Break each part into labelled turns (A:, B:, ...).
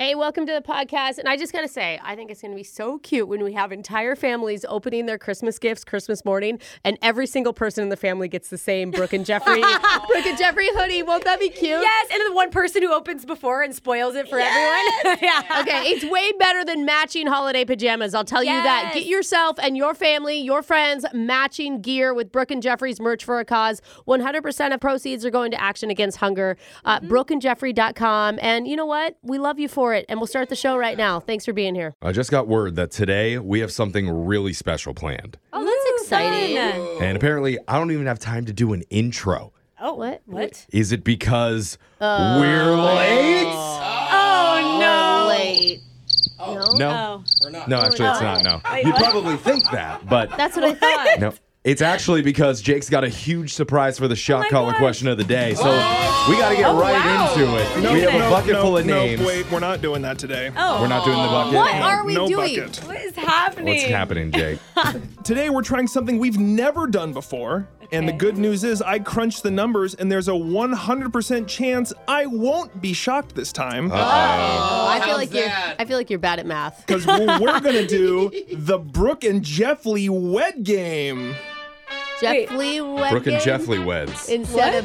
A: Hey, welcome to the podcast. And I just got to say, I think it's going to be so cute when we have entire families opening their Christmas gifts Christmas morning, and every single person in the family gets the same Brooke and Jeffrey, Brooke and Jeffrey hoodie. Won't that be cute?
B: Yes, and then the one person who opens before and spoils it for everyone. yeah.
A: Okay, it's way better than matching holiday pajamas. I'll tell you that.
B: Yes.
A: Get yourself and your family, your friends, matching gear with Brooke and Jeffrey's merch for a cause. 100% of proceeds are going to Action Against Hunger. Uh,
B: Mm-hmm.
A: BrookeandJeffrey.com. And you know what? We love you for it. And we'll start the show right now. Thanks for being here.
C: I just got word that today we have something really special planned.
A: Oh, that's exciting.
C: And apparently, I don't even have time to do an intro.
B: Oh,
A: What?
B: What?
C: Is it because we're late?
B: Oh, no.
A: Late. No?
C: No.
B: Oh.
C: No, actually, it's not. No.
B: Wait,
C: you
B: what?
C: probably think that, but
A: That's what I thought.
C: no. It's actually because Jake's got a huge surprise for the shot
B: Oh my
C: collar
B: gosh. Oh,
C: question of the day. So we got to
A: Oh,
C: get right
B: wow.
C: into it. we have a bucket full of names.
D: wait, we're not doing that today.
B: Oh.
C: We're not doing the bucket.
A: What are we
D: no
A: doing?
D: bucket.
B: What is happening?
C: What's happening, Jake?
D: Today we're trying something we've never done before. And the
B: Okay.
D: good news is I crunched the numbers and there's a 100% chance I won't be shocked this time
A: Oh, I feel
E: how's
A: like you're
E: that?
A: I feel like you're bad at math.
D: cuz we're going to do the Brooke and Jeff Lee wed game.
A: Jeff
B: Wait.
A: Lee
C: Brooke and
A: Webgen
C: Jeff Lee weds.
A: instead of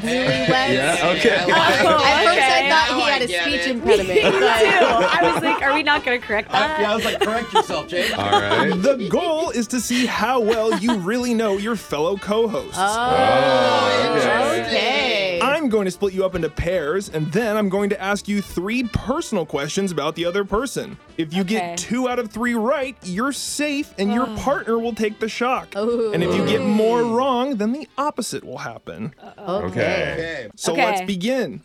A: newlyweds.
C: Yeah, okay.
B: Oh,
A: At first, I
B: okay.
A: thought
E: Now
A: he
E: I
A: had a
E: get
A: speech
E: it.
A: impediment.
B: Ew,
A: but-
B: I was like, are we not going to correct that?
E: I, yeah, I was like, correct yourself, Jake.
C: All right.
D: The goal is to see how well you really know your fellow co-hosts.
B: Oh,
C: Oh,
A: okay.
D: I'm going to split you up into pairs, and then I'm going to ask you three personal questions about the other person. If you
B: Okay. Oh.
D: get two out of three right, you're safe, and your partner will take the shock. And if you get more wrong, then the opposite will happen.
C: Okay.
E: Okay. Hmm.
D: So
B: Okay.
D: let's begin.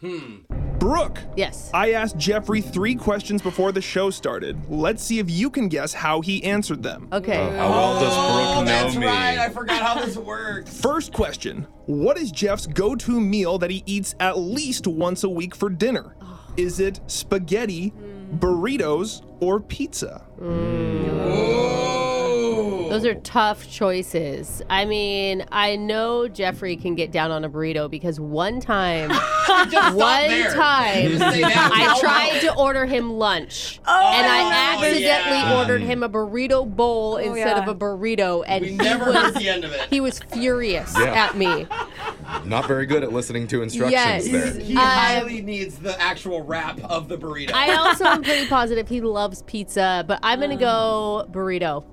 D: Brooke,
A: Yes.
D: I asked Jeffrey three questions before the show started. Let's see if you can guess how he answered them.
A: Okay.
C: Oh, How well does
E: Oh,
C: Brooke know
E: that's
C: me?
E: right. I forgot how this works.
D: First question What is Jeff's go to meal that he eats at least once a week for dinner? Is it spaghetti,
E: Hmm.
D: burritos, or pizza?
E: Ooh.
A: Those are tough choices. I mean, I know Jeffrey can get down on a burrito because one time,
E: Just
A: one
E: there.
A: time,
E: Just say that.
A: I tried to order him lunch, and I
E: no.
A: accidentally
E: Yeah.
A: ordered him a burrito bowl instead
B: yeah.
A: of a burrito, and
E: We
A: he
E: never
A: was
E: heard the end of it.
A: he was furious
C: Yeah.
A: at me.
C: Not very good at listening to instructions
A: Yes.
C: there.
E: He highly needs the actual wrap of the burrito.
A: Um, I also am pretty positive he loves pizza, but I'm gonna
E: Mm.
A: go burrito.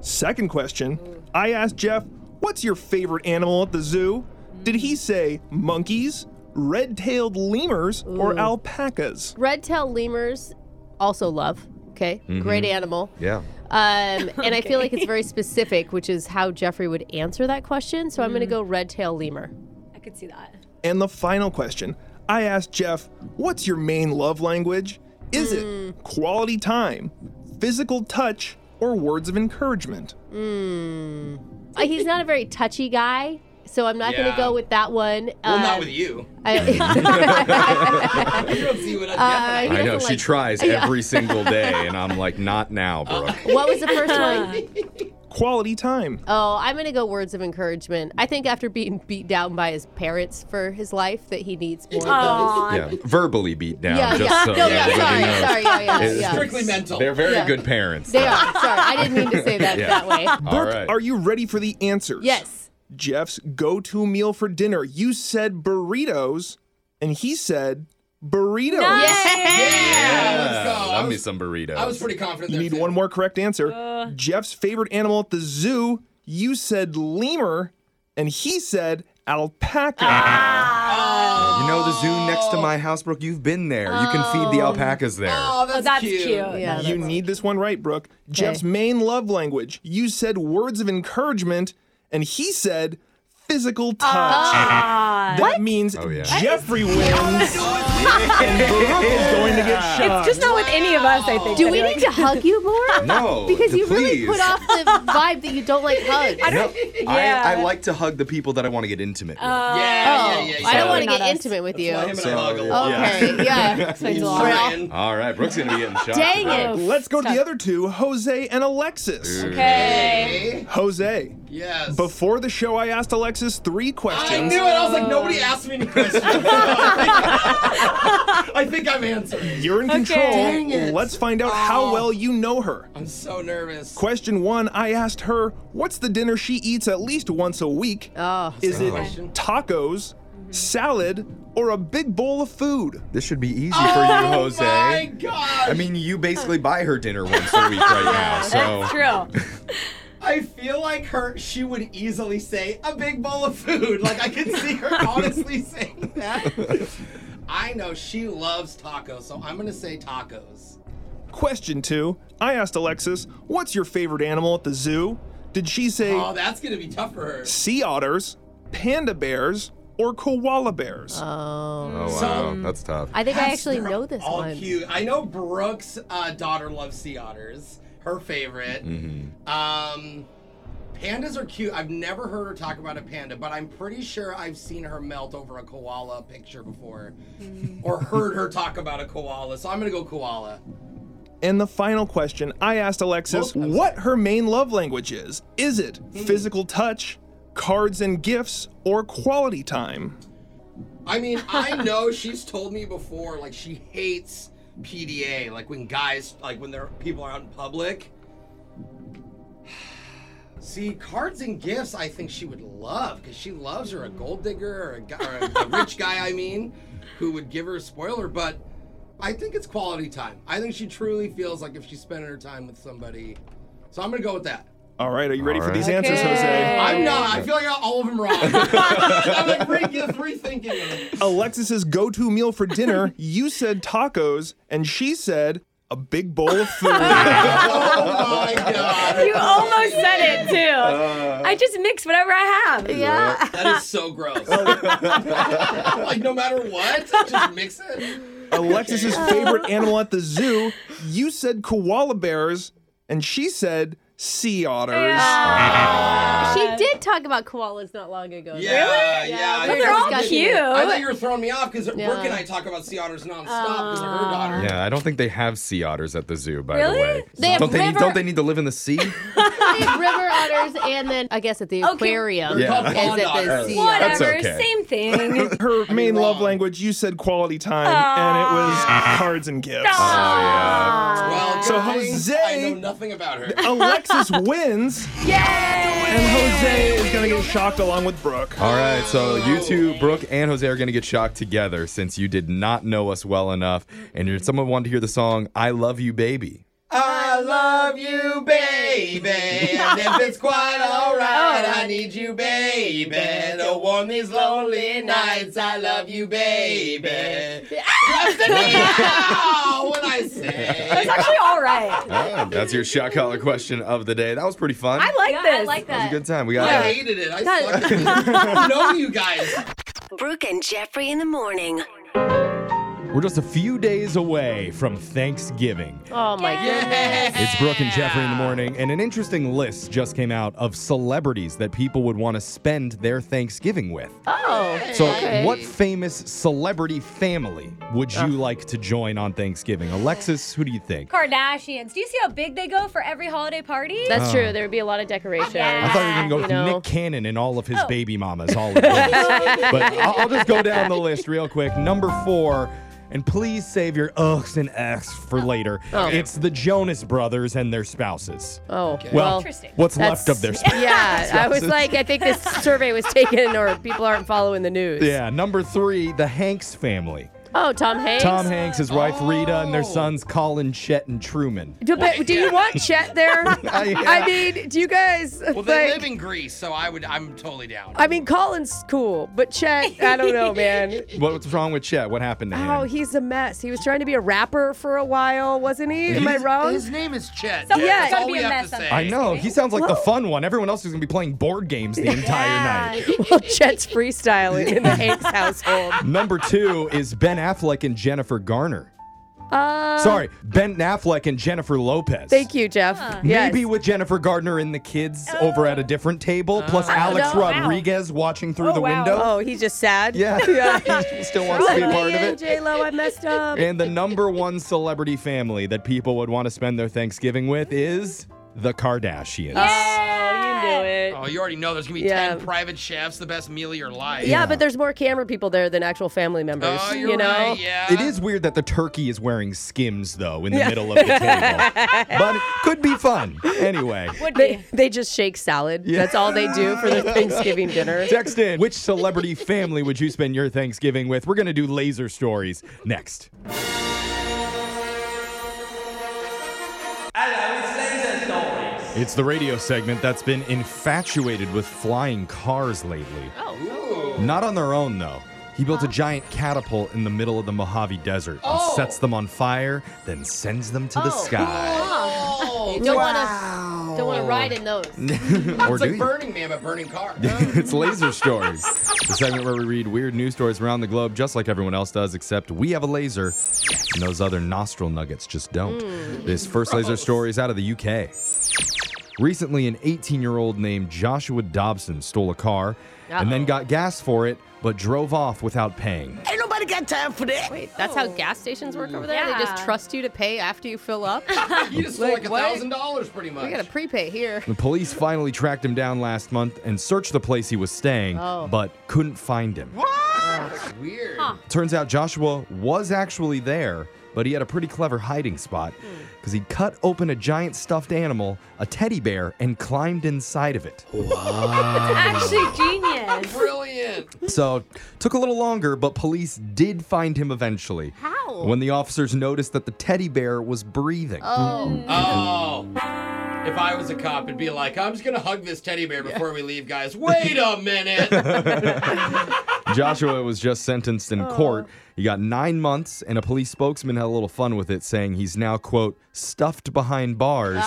D: Second question I asked Jeff, What's your favorite animal at the zoo? Did he say monkeys, red tailed lemurs, or alpacas?
A: Red tail lemurs also love. Okay, great animal.
C: Yeah.
A: Um, and I feel like it's very specific, which is how Jeffrey would answer that question. So I'm
B: Mm.
A: going to go red tail lemur.
B: I could see that.
D: And the final question I asked Jeff, What's your main love language? Is
A: Hmm.
D: it quality time, physical touch, or words of encouragement?
A: Uh, he's not a very touchy guy, so I'm not going to
E: Yeah.
A: go with that one.
E: well,
A: Um,
E: not with you.
A: I-
E: You don't see what I'm
A: Uh,
E: getting
C: I know.
A: doesn't
C: she
A: like-
C: tries every single day, and I'm like, not now, Brooke.
A: what was the first one?
D: Quality time.
A: Oh, I'm going to go words of encouragement. I think after being beat down by his parents for his life, that he needs more of those.
B: Aw.
C: Yeah. Verbally beat down.
A: Yeah,
C: just
A: yeah.
C: So
A: no, yeah,
C: everybody
A: sorry,
C: knows.
A: sorry. Yeah, yeah,
C: It's
A: yeah.
E: Strictly mental.
C: They're very
A: Yeah.
C: good parents.
A: They are. Sorry, I didn't mean to say that
C: Yeah.
A: that way.
C: All
D: Brooke,
C: right.
D: are you ready for the answers?
A: Yes.
D: Jeff's go to meal for dinner. You said burritos, and he said burritos.
E: Yeah, let's go.
C: Yeah,
E: I
C: Love me
E: was,
C: some burritos.
E: I was pretty confident.
D: You
E: there,
D: need
E: too.
D: one more correct answer.
B: Uh.
D: Jeff's favorite animal at the zoo. You said lemur, and he said alpaca.
B: Ah.
C: you know the zoo next to my house, Brooke. You've been there. You can feed the alpacas there.
E: Oh, that's,
B: Oh, that's
E: cute.
B: cute.
A: Yeah,
D: You need this one right, Brooke. Jeff's main love language. You said words of encouragement, and he said physical touch.
B: Ah.
D: that means
C: yeah.
D: Jeffrey wins, and Brooke is going to get shot.
B: It's just not with any of us, I think.
A: Do we need to hug you more?
C: No,
A: Because you
C: please.
A: really put off the vibe that you don't like hugs. I
C: No, I, I
B: Yeah.
C: like to hug the people that that I want to get intimate with.
E: Yeah, yeah,
A: oh,
E: yeah, yeah.
A: I don't want to
B: Not
A: get
B: us.
A: intimate with you.
E: Him and I
C: So,
E: hug a
C: yeah.
E: lot.
A: Okay, yeah.
B: Explains a lot.
E: Brian.
C: All right, Brooke's gonna be getting shot.
A: Dang
C: today.
A: it.
D: Let's go to the other two, Jose and Alexis.
B: Okay.
E: Hey.
D: Jose,
E: Yes.
D: Before the show, I asked Alexis three questions.
E: I knew it. I was like, nobody asked me any questions. I think I'm answering.
D: You're in control.
E: Dang it.
D: Let's find out how
E: Oh.
D: well you know her.
E: I'm so nervous.
D: Question one I asked her, what's the dinner she eats at least once a week?
A: Oh.
D: Is it
E: question.
D: tacos, salad, or a big bowl of food?
F: This should be easy for
E: oh
F: you, Jose.
E: my gosh.
F: I mean, you basically buy her dinner once a week right now, so.
G: That's true.
E: I feel like her. She would easily say a big bowl of food. Like I could see her honestly saying that. I know she loves tacos, so I'm gonna say tacos.
D: Question two I asked Alexis, what's your favorite animal at the zoo? Did she say
E: Oh, that's gonna be tough for her.
D: sea otters, panda bears, or koala bears?
F: Oh,
E: So-
F: wow.
E: mm,
F: That's tough.
A: I think I
E: Perhaps
A: actually
E: they're
A: know this
E: all
A: one.
E: cute. I know Brooke's uh, daughter loves sea otters. Her favorite. Um, pandas are cute. I've never heard her talk about a panda, but I'm pretty sure I've seen her melt over a koala picture before,
A: Mm.
E: or heard her talk about a koala. So I'm gonna go koala.
D: And the final question I asked Alexis
E: Whoa, Oh, I'm Hmm.
D: what her main love language is. Is it physical touch, cards and gifts, or quality time?
E: I mean, I know she's told me before, like she hates PDA, like when guys, like when there people are out in public. See, cards and gifts, I think she would love because she loves her a gold digger or a, guy, or a, a rich guy, I mean, who would give her a spoiler. But I think it's quality time. I think she truly feels like if she's spending her time with somebody. So I'm gonna go with that.
D: All right, are you ready
F: All
D: for these
F: right.
D: answers,
G: Okay.
D: Jose?
E: I'm not. I feel like I got all of them wrong. I'm like re- rethinking it.
D: Alexis's go to meal for dinner, you said tacos, and she said a big bowl of food.
E: Oh my god.
G: You almost said it too.
D: Uh,
G: I just mix whatever I have.
A: Yeah.
E: That is so gross. like
D: Oh.
E: no matter what, just mix it.
D: Alexis's
A: Uh.
D: favorite animal at the zoo, you said koala bears, and she said sea otters.
A: Ah. She did talk about koalas not long ago.
E: Yeah,
A: Really?
E: yeah.
A: we were
G: They're all
A: discussing
G: cute.
A: it.
E: I thought you were throwing me off because Brooke and I talk about sea otters nonstop because of her daughter.
F: Yeah, I don't think they have sea otters at the zoo, by
G: Really?
F: the way.
A: They have
F: don't, they
A: river-
F: need, don't they need to live in the sea?
A: They have river otters and then I guess at the
E: Oh,
G: Okay.
A: aquarium.
F: Yeah.
A: Is it the
E: Otters.
A: sea otter?
F: That's
G: Whatever,
F: okay.
G: same thing.
D: Her main love
E: wrong.
D: language, you said quality time, and it was cards and gifts. Oh,
G: Ah.
E: Well,
D: So
E: good thing
D: Jose-
E: I know nothing about her.
D: Alexis wins,
G: Yay!
D: and Jose is gonna get shocked along with Brooke.
F: All right, so you two, Brooke and Jose, are going to get shocked together since you did not know us well enough. And if someone wanted to hear the song I Love You Baby.
E: I love you, baby. And if it's quite alright, I need you, baby. To warm these lonely nights, I love you, baby. Trust in me now when I say.
G: It's actually all right.
F: Ah, that's your shot collar question of the day. That was pretty fun.
G: I like this.
H: I like
F: It was a
H: that.
F: good time. We
E: I
F: got it.
E: hated it. I sucked at it. I know you guys.
I: Brooke and Jeffrey in the morning.
C: We're just a few days away from Thanksgiving.
A: Oh my
E: Yeah.
C: It's Brooke and Jeffrey in the morning, and an interesting list just came out of celebrities that people would want to spend their Thanksgiving with.
A: Oh.
C: So,
A: Okay.
C: what famous celebrity family would you like to join on Thanksgiving? Alexis, who do you think?
H: Kardashians. Do you see how big they go for every holiday party?
A: That's true. There would be a lot of decorations.
C: I thought you were going to go with
A: Ah, know. Oh.
C: Nick Cannon and all of his baby mamas all at once. but I'll, I'll just go down the list real quick. Number four, and please save your ughs and Fs for later. It's the Jonas brothers and their spouses.
A: Oh.
C: Well,
H: Interesting.
C: what's left
A: that's-
C: of their spouses.
A: Yeah, I was like, I think this survey was taken, or people aren't following the news.
C: Yeah, number three, the Hanks family.
A: Oh, Tom Hanks.
C: Tom Hanks, his wife Rita, and their
E: Oh.
C: sons Colin, Chet, and Truman.
A: Do, but do you want Chet there? I mean, do you guys
E: Well, they
A: like?
E: live in Greece, so I would. I'm totally down.
A: I mean, Colin's cool, but Chet, I don't know, man.
C: What- What's wrong with Chet? What happened to him?
A: Oh, he's a mess. He was trying to be a rapper for a while, wasn't he? Am I
E: His-
A: wrong?
E: His name is Chet.
H: Someone's
E: That's
H: gotta
E: all
H: be
E: we
H: a
E: have
H: mess
E: to say.
C: I know. He sounds like the fun one. Everyone else is going to be playing board games the entire night.
A: well, Chet's freestyling in the Hanks household.
C: Number two is Ben Affleck and Jennifer Garner.
A: Uh,
C: Sorry, Ben Affleck and Jennifer Lopez.
A: Thank you, Jeff. Yes. Uh,
C: Maybe with Jennifer Gardner and the kids over at a different table, plus Alex
A: no.
C: Rodriguez watching through the window.
A: Oh, he's just sad.
C: Yeah, yeah. he still wants to be a part of it.
A: J Lo, I messed up.
C: And the number one celebrity family that people would want to spend their Thanksgiving with is the Kardashians.
A: Oh, you knew it.
E: Oh, you already know there's gonna be
A: Yeah.
E: ten private chefs, the best meal of your life.
A: Yeah, but there's more camera people there than actual family members.
E: Oh, you're
A: you know?
E: right. Yeah.
C: It is weird that the turkey is wearing skims though in the middle of the table, but it could be fun anyway.
A: They, they just shake salad. That's all they do for their Thanksgiving dinner.
C: Text in which celebrity family would you spend your Thanksgiving with? We're gonna do laser stories next. It's the radio segment that's been infatuated with flying cars lately.
A: Oh.
C: Not on their own, though. He built a giant catapult in the middle of the Mojave Desert and sets them on fire, then sends them to the sky.
E: Oh,
A: You don't want to don't want to ride in those.
C: or do
E: it's like
C: you?
E: Burning Man, but burning car.
C: it's Laser Stories, the segment where we read weird news stories around the globe, just like everyone else does, except we have a laser, and those other nostril nuggets just don't. this first laser story is out of the UK. Recently, an 18 year old named Joshua Dobson stole a car and then got gas for it, but drove off without paying.
A: Wait, that's how gas stations work over there. They just
H: Yeah.
A: trust you to pay after you fill up.
E: you just stole
A: Like,
E: like a
A: what?
E: thousand dollars pretty much.
A: we got a prepay here.
C: The police finally tracked him down last month and searched the place he was staying,
A: Oh.
C: but couldn't find him.
E: That's weird.
C: Turns out Joshua was actually there, but he had a pretty clever hiding spot
A: Hmm.
C: because he cut open a giant stuffed animal, a teddy bear, and climbed inside of it.
H: Actually, genius.
E: Brilliant.
C: So, took a little longer, but police did find him eventually.
A: How?
C: When the officers noticed that the teddy bear was breathing.
A: Oh,
E: Oh. If I was a cop, it'd be like, I'm just gonna hug this teddy bear before we leave, guys. Wait a minute.
C: Joshua was just sentenced in court. He got nine months, and a police spokesman had a little fun with it, saying he's now, quote, stuffed behind bars,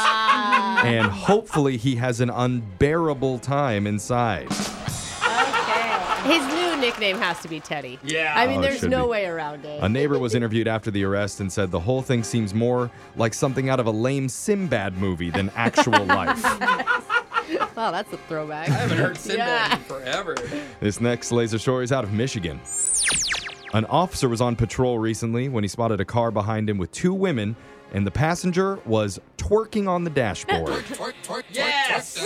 C: and hopefully he has an unbearable time inside.
A: his new nickname has to be Teddy.
E: Yeah.
A: I mean,
C: Oh, it
A: there's
C: should
A: no
C: be.
A: way around it.
C: A neighbor was interviewed after the arrest and said the whole thing seems more like something out of a lame Sinbad movie than actual life.
A: oh, that's a throwback.
E: I haven't heard Sinbad
A: Yeah.
E: in forever.
C: This next laser story is out of Michigan. An officer was on patrol recently when he spotted a car behind him with two women, and the passenger was twerking on the dashboard.
E: Yes.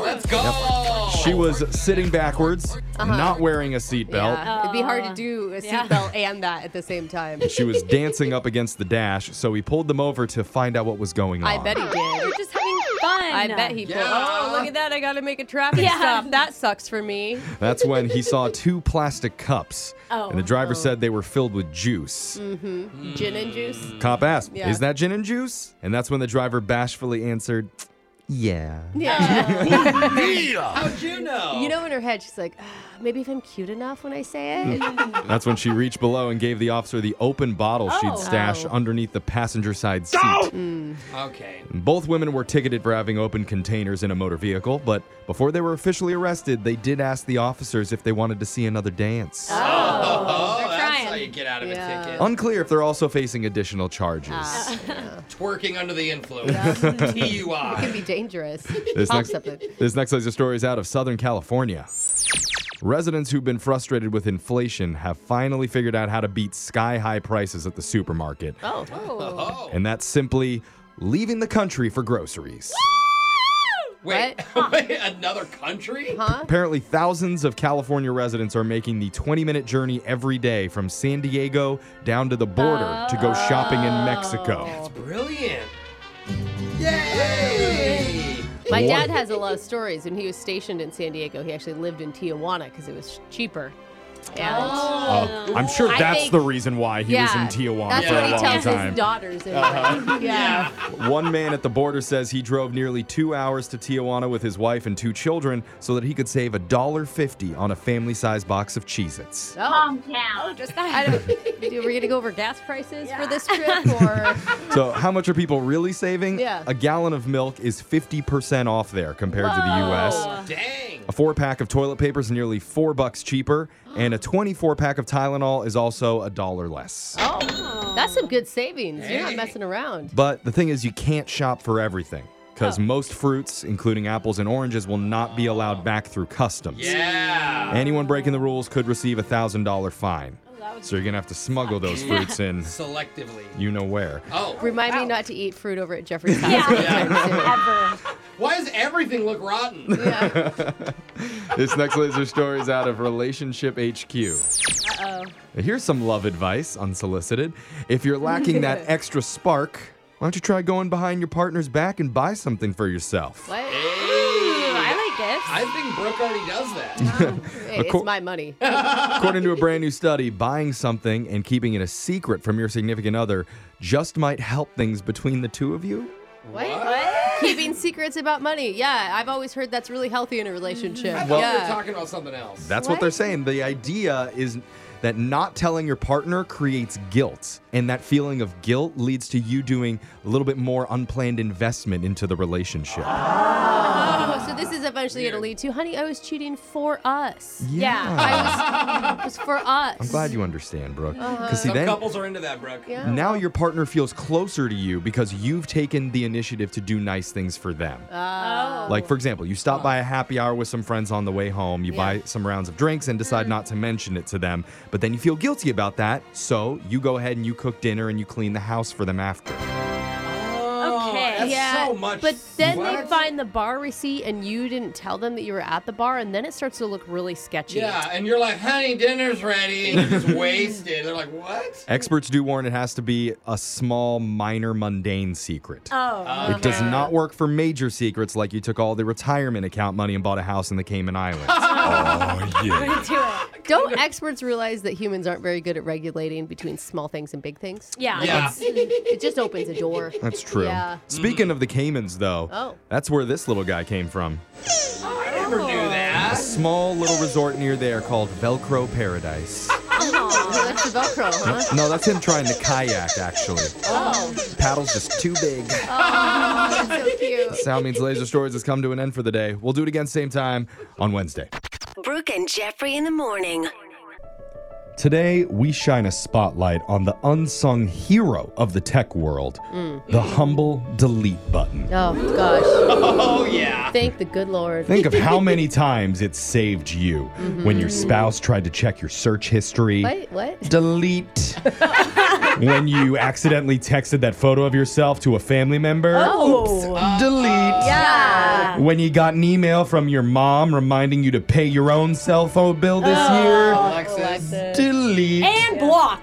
E: Let's go.
C: She was sitting backwards, not wearing a seatbelt.
A: Uh-huh. Yeah. It'd be hard to do a
H: Yeah.
A: seatbelt and that at the same time.
C: She was dancing up against the dash, so he pulled them over to find out what was going on.
A: I bet he did.
H: We're just having fun.
A: I bet he pulled.
E: Yeah.
A: Oh, look at that! I gotta make a traffic
H: Yeah.
A: stop. That sucks for me.
C: That's when he saw two plastic cups,
H: Oh.
C: and the driver said they were filled with juice.
A: Mm-hmm.
E: Hmm.
A: Gin and juice.
C: Cop asked,
A: Yeah.
C: "Is that gin and juice?" And that's when the driver bashfully answered, "Yeah."
A: Yeah.
E: How'd you know?
A: you know, in her head, she's like, "Ah, maybe if I'm cute enough when I say it. Oh.
C: That's when she reached below and gave the officer the open bottle she'd stashed
A: Oh.
C: underneath the passenger side seat.
E: Okay.
C: Both women were ticketed for having open containers in a motor vehicle, but before they were officially arrested, they did ask the officers if they wanted to see another dance.
E: Oh, that's
H: trying.
E: how you get out of
A: Yeah. Ah.
E: a ticket.
C: Unclear if they're also facing additional charges.
E: Twerking under the influence.
A: It'd
E: TUI.
A: be dangerous.
C: This
A: Pop
C: next,
A: something.
C: this next laser story is out of Southern California. Residents who've been frustrated with inflation have finally figured out how to beat sky high prices at the supermarket.
A: Oh.
E: Oh.
C: And that's simply leaving the country for groceries.
E: Wait, wait, another country?
A: Huh?
C: Apparently, thousands of California residents are making the 20 minute journey every day from San Diego down to the border to go shopping in Mexico.
E: Brilliant. Yay!
A: My
C: What?
A: dad has a lot of stories. When he was stationed in San Diego, he actually lived in Tijuana because it was cheaper. And
C: Uh, I'm sure
A: I
C: that's
A: think-
C: the reason why he
A: yeah,
C: was in Tijuana
A: That's
C: for
A: what
C: a
A: he
C: long
A: tells
C: time. Uh-huh.
A: his daughters. in life. Yeah.
C: One man at the border says he drove nearly two hours to Tijuana with his wife and two children so that he could save $1.50 on a family sized box of Cheez Its.
A: Oh.
H: Oh, just that.
A: I don't, do we gonna go over gas prices for this trip or?
C: So, how much are people really saving?
A: Yeah.
C: A gallon of milk is 50% off there compared to the US.
E: Dang.
C: A four pack of toilet paper is nearly four bucks cheaper, and a 24 pack of Tylenol is also a dollar less.
A: Oh, that's some good savings. You're not messing around.
C: But the thing is, you can't shop for everything because most fruits, including apples and oranges, will not be allowed back through customs.
E: Yeah.
C: Anyone breaking the rules could receive a thousand dollar fine. So you're gonna have to smuggle those fruits in,
E: Selectively.
C: you know where.
E: Oh.
A: Remind me not to eat fruit over at Jeffrey's house.
H: Yeah.
E: Yeah.
H: Ever.
E: Why does everything look rotten?
F: This next laser story is out of Relationship HQ. Here's some love advice, unsolicited. If you're lacking that extra spark, why don't you try going behind your partner's back and buy something for yourself?
A: What?
H: I like gifts.
E: I think Brooke already does that.
A: Hey, it's
F: Acco-
A: my money.
F: According to a brand new study, buying something and keeping it a secret from your significant other just might help things between the two of you.
A: What? Keeping secrets about money. Yeah, I've always heard that's really healthy in a relationship.
E: I thought we were
A: yeah.
E: talking about something else.
F: That's what?
A: What?
F: they're saying. The idea is that not telling your partner creates guilt, and that feeling of guilt leads to you doing a little bit more unplanned investment into the relationship.
A: oh, so this is eventually going to lead to, honey, I was cheating for us.
F: yeah.
A: It was for us.
F: I'm glad you understand, Brooke. Because see,
E: Some
F: then
E: couples are into that, Brooke.
A: Yeah.
F: now your partner feels closer to you because you've taken the initiative to do nice things for them.
A: Oh.
F: Like, for example, you stop by a happy hour with some friends on the way home, you buy some rounds of drinks and decide not to mention it to them, but then you feel guilty about that, so you go ahead and you cook dinner and you clean the house for them after.
E: Oh,
H: Okay.
E: That's
A: yeah,
E: so much.
A: but then they
E: What?
A: find the bar receipt and you didn't tell them that you were at the bar, and then it starts to look really sketchy.
E: Yeah, and you're like, honey, dinner's ready. And it's wasted. They're like, what?
F: Experts do warn it has to be a small, minor, mundane secret.
H: Oh.
E: Uh-huh.
F: It does not work for major secrets like you took all the retirement account money and bought a house in the Cayman Islands.
E: "Oh,
H: Do it.
A: Don't experts realize that humans aren't very good at regulating between small things and big things?
H: Yeah.
E: Yeah.
A: it just opens a door.
F: That's true.
A: Yeah.
F: Speaking of the Caymans, though,
A: Oh.
F: that's where this little guy came from.
E: I never knew
A: Oh.
F: A
E: that.
F: small little resort near there called Velcro Paradise.
A: Oh, that's the Velcro, huh?
F: No, that's him trying to kayak, actually.
H: Oh.
F: Paddle's just too big.
A: Oh. So cute.
F: Sound means Laser Stories has come to an end for the day. We'll do it again same time on Wednesday.
I: Brooke and Jeffrey in the morning.
C: Today, we shine a spotlight on the unsung hero of the tech world,
A: Mm.
C: the humble delete button.
A: Oh, gosh.
E: Oh, yeah.
A: Thank the good Lord.
C: Think of how many times it saved you when your spouse tried to check your search history.
A: Mm-hmm. What? What?
C: Delete. when you accidentally texted that photo of yourself to a family member.
A: Oh.
C: Delete.
A: Yeah.
C: When you got an email from your mom reminding you to pay your own cell phone bill this
A: Oh,
E: Oh, Alexis.
C: year. Delete.
G: And block.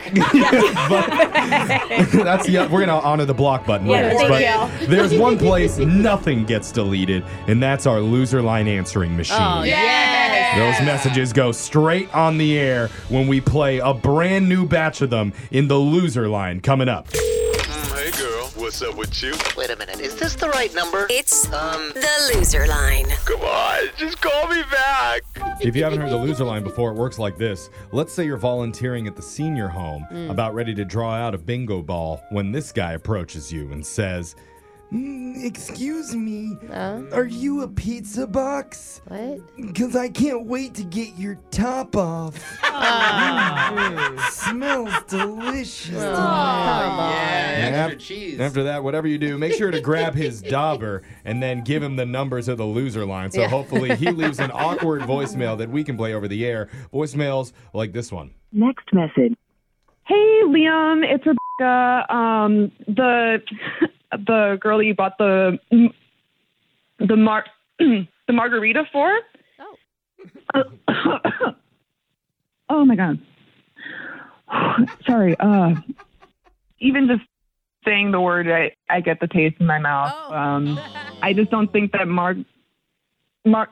C: That's the, we're gonna honor the block button.
G: Yeah,
C: rules,
G: thank
C: but there's one place nothing gets deleted, and that's our loser line answering machine.
A: Oh, yes.
C: Those messages go straight on the air when we play a brand new batch of them in the loser line coming up.
J: Hey girl, what's up with you?
K: Wait a minute, is this the right number?
I: It's the loser line.
J: Um, Come on, just call me back.
C: If you haven't heard the loser line before, it works like this. Let's say you're volunteering at the senior home,
E: Mm.
C: about ready to draw out a bingo ball, when this guy approaches you and says, "Mm, Excuse me, are you a pizza box?
A: What?
C: Because I can't wait to get your top off.
E: Ah.
C: Smells delicious.
A: Oh,
E: Oh, Yeah,
C: After-
E: extra cheese.
C: After that, whatever you do, make sure to grab his dauber and then give him the numbers of the loser line. So
A: Yeah.
C: hopefully he leaves an awkward voicemail that we can play over the air. Voicemails like this one.
L: Next message. Hey Liam, it's Rebecca. Um, the the girl that you bought the the mar the margarita for.
A: Oh.
L: Uh, oh my god. Sorry. Uh, even just saying the word, I, I get the taste in my mouth.
A: Oh.
L: Um, I just don't think that mar mar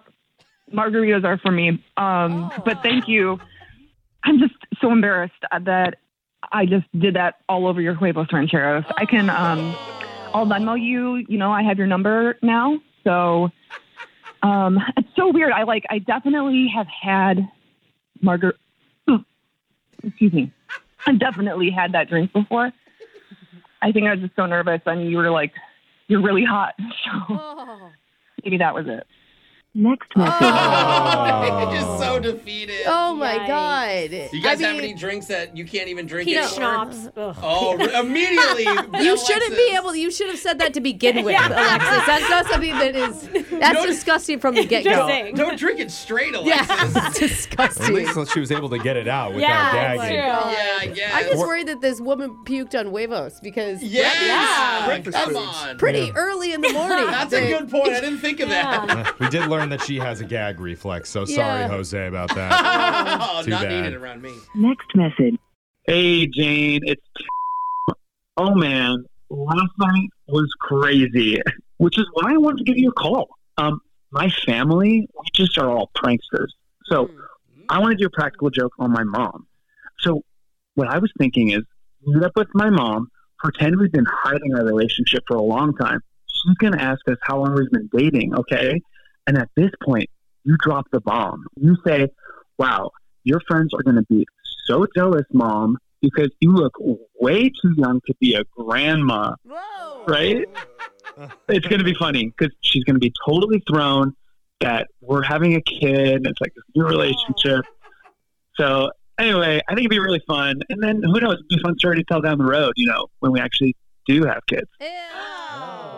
L: margaritas are for me. Um, But thank you. I'm just so embarrassed that I just did that all over your huevos rancheros. I can, um, I'll Venmo you. You know, I have your number now. So um, it's so weird. I like, I definitely have had margar. Excuse me. I've definitely had that drink before. I think I was just so nervous, and you were like, "You're really hot," so
A: Oh.
L: maybe that was it. Next message.
E: You're just so defeated.
A: Oh my god!
E: Do you guys
A: I mean,
E: have any drinks that you can't even drink
A: Peanut
E: anymore?
A: schnapps.
E: Oh, re- immediately.
A: you shouldn't be able. You should have said that to begin with,
E: Yeah.
A: Alexis. That's not something that is. That's
E: No,
A: disgusting from the get
E: No,
A: go.
E: don't drink it straight, Alexis.
A: Yeah, it's
C: At
A: disgusting.
C: least she was able to get it out without gagging.
E: Yeah, I guess.
A: I'm just
C: Or-
A: worried that this woman puked on huevos because
E: Yes!
A: yeah,
E: Breakfast
A: that's
E: foods. Come on.
A: pretty
C: Yeah.
A: early in the morning.
E: That's a good point. I didn't think of that.
C: we did learn that she has a gag reflex, so
E: Yeah.
C: sorry, Jose, about that.
E: Oh,
C: Too
E: not
C: bad.
E: needed around me.
L: Next message.
M: Hey, Jane, it's. Oh, man. Last night was crazy, which is why I wanted to give you a call. Um, my family, we just are all pranksters. So I want to do a practical joke on my mom. So what I was thinking is meet up with my mom, pretend we've been hiding our relationship for a long time. She's going to ask us how long we've been dating, okay? And at this point, you drop the bomb. You say, wow, your friends are going to be so jealous, mom, because you look way too young to be a grandma. Right? it's going to be funny because she's going to be totally thrown that we're having a kid. and It's like this new relationship. So anyway, I think it'd be really fun. And then who knows? It'd be a fun story to tell down the road. You know, when we actually do have kids.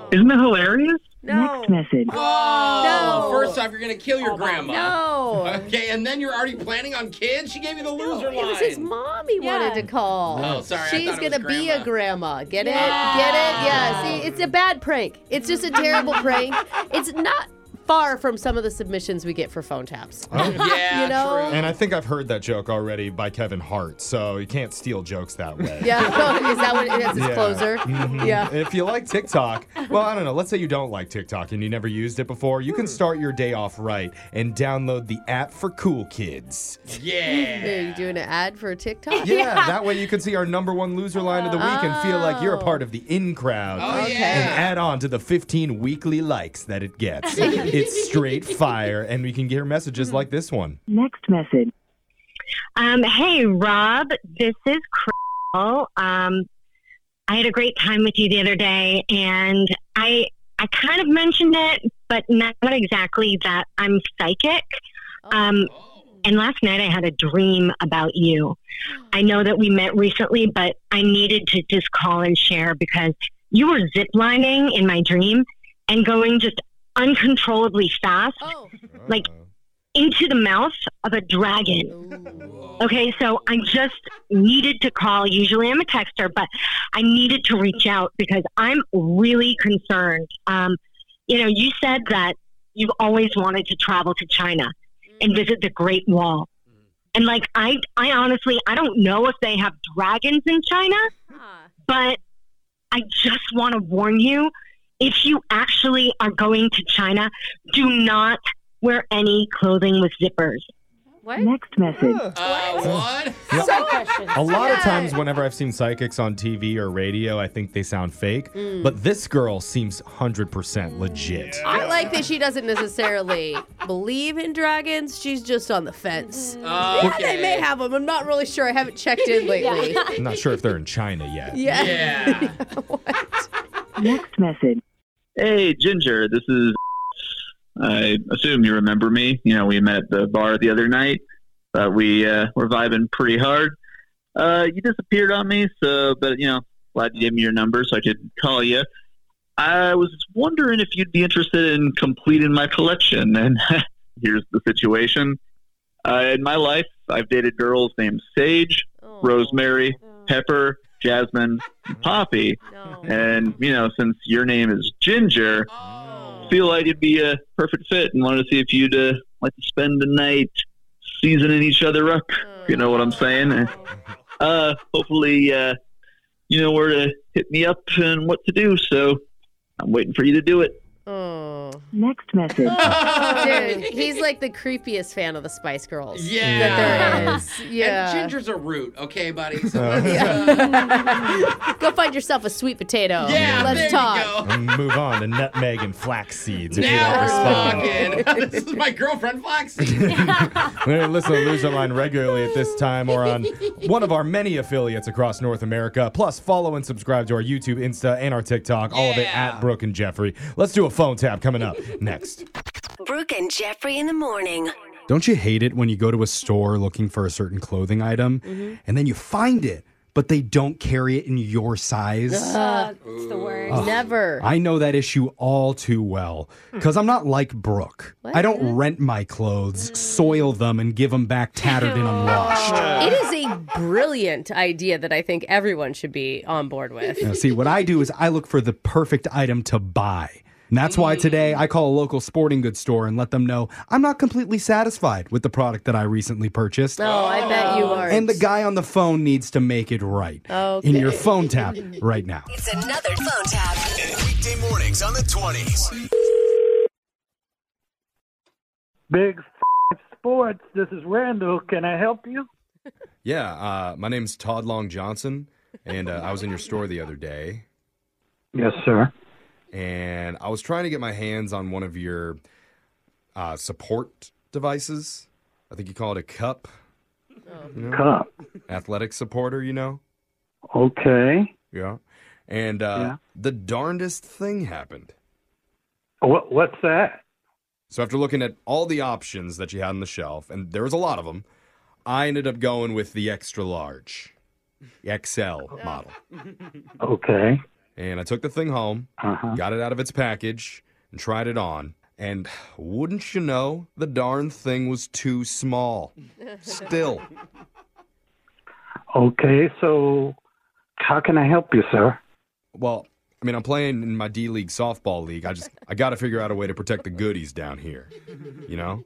M: Isn't that hilarious?
A: No.
M: Next message.
E: Oh, first off, you're gonna kill your grandma.
A: No.
E: Okay, and then you're already planning on kids. She gave you the loser
A: It
E: line.
A: was his mom he wanted to call.
E: Oh, sorry, I
A: She's
E: thought it
A: gonna
E: was
A: be a grandma. Get it? Get it? Yeah. See, it's a bad prank. It's just a terrible prank. It's not far from some of the submissions we get for phone taps.
E: Oh, yeah,
A: you know.
C: And I think I've heard that joke already by Kevin Hart, so you can't steal jokes that way.
A: Yeah. Is that what it is? It's
C: Yeah.
A: closer.
C: Mhm.
A: Yeah.
C: If you like TikTok, well, I don't know. Let's say you don't like TikTok and you never used it before. You
A: Hmm.
C: can start your day off right and download the app for cool kids.
E: Yeah.
A: Are you doing an ad for
C: Yeah,
A: TikTok?
C: that way you can see our number one loser line of the week and feel like you're a part of the in crowd.
A: Oh,
C: and
A: yeah.
C: add on to the 15 weekly likes that it gets. it's straight fire, and we can get
A: Hmm.
C: messages like this one.
B: Next message. Um, hey, Rob, this is Crystal. Um, I had a great time with you the other day, and I I kind of mentioned it, but not exactly that I'm psychic. Um, and last night I had a dream about you. I know that we met recently, but I needed to just call and share because you were ziplining in my dream and going just uncontrollably fast, like into the mouth of a dragon. Okay, so I just needed to call. Usually I'm a texter, but I needed to reach out because I'm really concerned. Um, you know, you said that you've always wanted to travel to China and visit the Great Wall. And like I I honestly I don't know if they have dragons in China, but I just want to warn you if you actually are going to China, do not wear any clothing with zippers.
A: What?
B: Next message.
C: uh,
E: what?
C: Yeah.
A: So questions.
C: A lot of times, whenever I've seen psychics on TV or radio, I think they sound fake,
A: Mm.
C: but this girl seems 100% legit.
A: I like that she doesn't necessarily believe in dragons. She's just on the fence.
E: Oh,
A: yeah, they may have them. I'm not really sure. I haven't checked in lately.
C: I'm not sure if they're in China yet.
A: Yeah.
B: Next message.
M: Hey, Ginger, this is. I assume you remember me. You know, we met at the bar the other night, but we uh, were vibing pretty hard. Uh, you disappeared on me, so, but, you know, glad you gave me your number so I could call you. I was wondering if you'd be interested in completing my collection, and here's the situation. Uh, in my life, I've dated girls named Sage, Rosemary, Pepper, Jasmine, and Poppy. And, you know, since your name is Ginger, feel like you'd be a perfect fit and wanted to see if you'd uh, like to spend the night seasoning each other up. if You know what I'm saying? Uh, Uh, hopefully, uh, you know where to hit me up and what to do. So I'm waiting for you to do it.
E: Oh.
B: Next message.
A: Dude, he's like the creepiest fan of the Spice Girls.
E: Yeah.
A: That there is.
E: And
A: Yeah.
E: ginger's a root, okay, buddy? So
C: Oh.
E: let's, uh,
A: Go find yourself a sweet potato.
E: Yeah,
A: Let's
E: there you
A: talk.
C: And move on to nutmeg and flax seeds. If you
E: now
C: don't respond.
E: we're talking. this is my girlfriend, Foxy.
C: We're going to listen to Loser Line regularly at this time or on one of our many affiliates across North America. Plus, follow and subscribe to our YouTube, Insta, and our TikTok. All of it at Brooke and Jeffrey. Let's do a phone tap coming up next.
I: Brooke and Jeffrey in the morning.
B: Don't you hate it when you go to a store looking for a certain clothing item and then you find it, but they don't carry it in your size?
A: it's the word. Never.
B: I know that issue all too well because I'm not like Brooke. I don't rent my clothes, soil them, and give them back tattered and unwashed.
A: It is a brilliant idea that I think everyone should be on board with.
B: Now, see, what I do is I look for the perfect item to buy. And that's
A: Mm.
B: why today I call a local sporting goods store and let them know I'm not completely satisfied with the product that I recently purchased.
A: No, Oh, I bet you are.
B: And the guy on the phone needs to make it right.
A: Okay.
B: In your phone tap right now.
I: It's another phone tap.
N: Weekday mornings on the 20s.
O: Big Sports. This is Randall. Can I help you?
C: Yeah, uh, my name's Todd Long Johnson, and uh, I was in your store the other day.
O: Yes, sir.
C: And I was trying to get my hands on one of your uh, support devices. I think you call it a cup. you know?
O: Cup.
C: Athletic supporter, you know?
O: Okay.
C: Yeah. And uh, the darndest thing happened.
O: What, what's that?
C: So after looking at all the options that you had on the shelf, and there was a lot of them, I ended up going with the extra large, XL model.
O: Okay. Uh-huh.
C: And I took the thing home, got it out of its package, and tried it on. And wouldn't you know, the darn thing was too small. Still.
O: Okay, so how can I help you, sir?
C: Well, I mean, I'm playing in my D League softball league. I just, I got to figure out a way to protect the goodies down here. You know?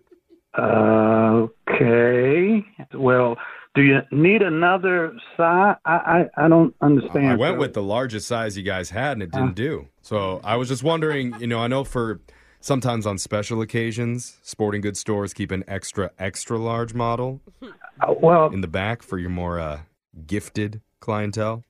O: Okay. Well, do you need another size? I, I, I don't understand.
C: I went
O: sir.
C: with the largest size you guys had, and it didn't do. So I was just wondering, you know, I know for sometimes on special occasions, sporting goods stores keep an extra, extra large model.
O: well,
C: in the back for your more uh, gifted clientele.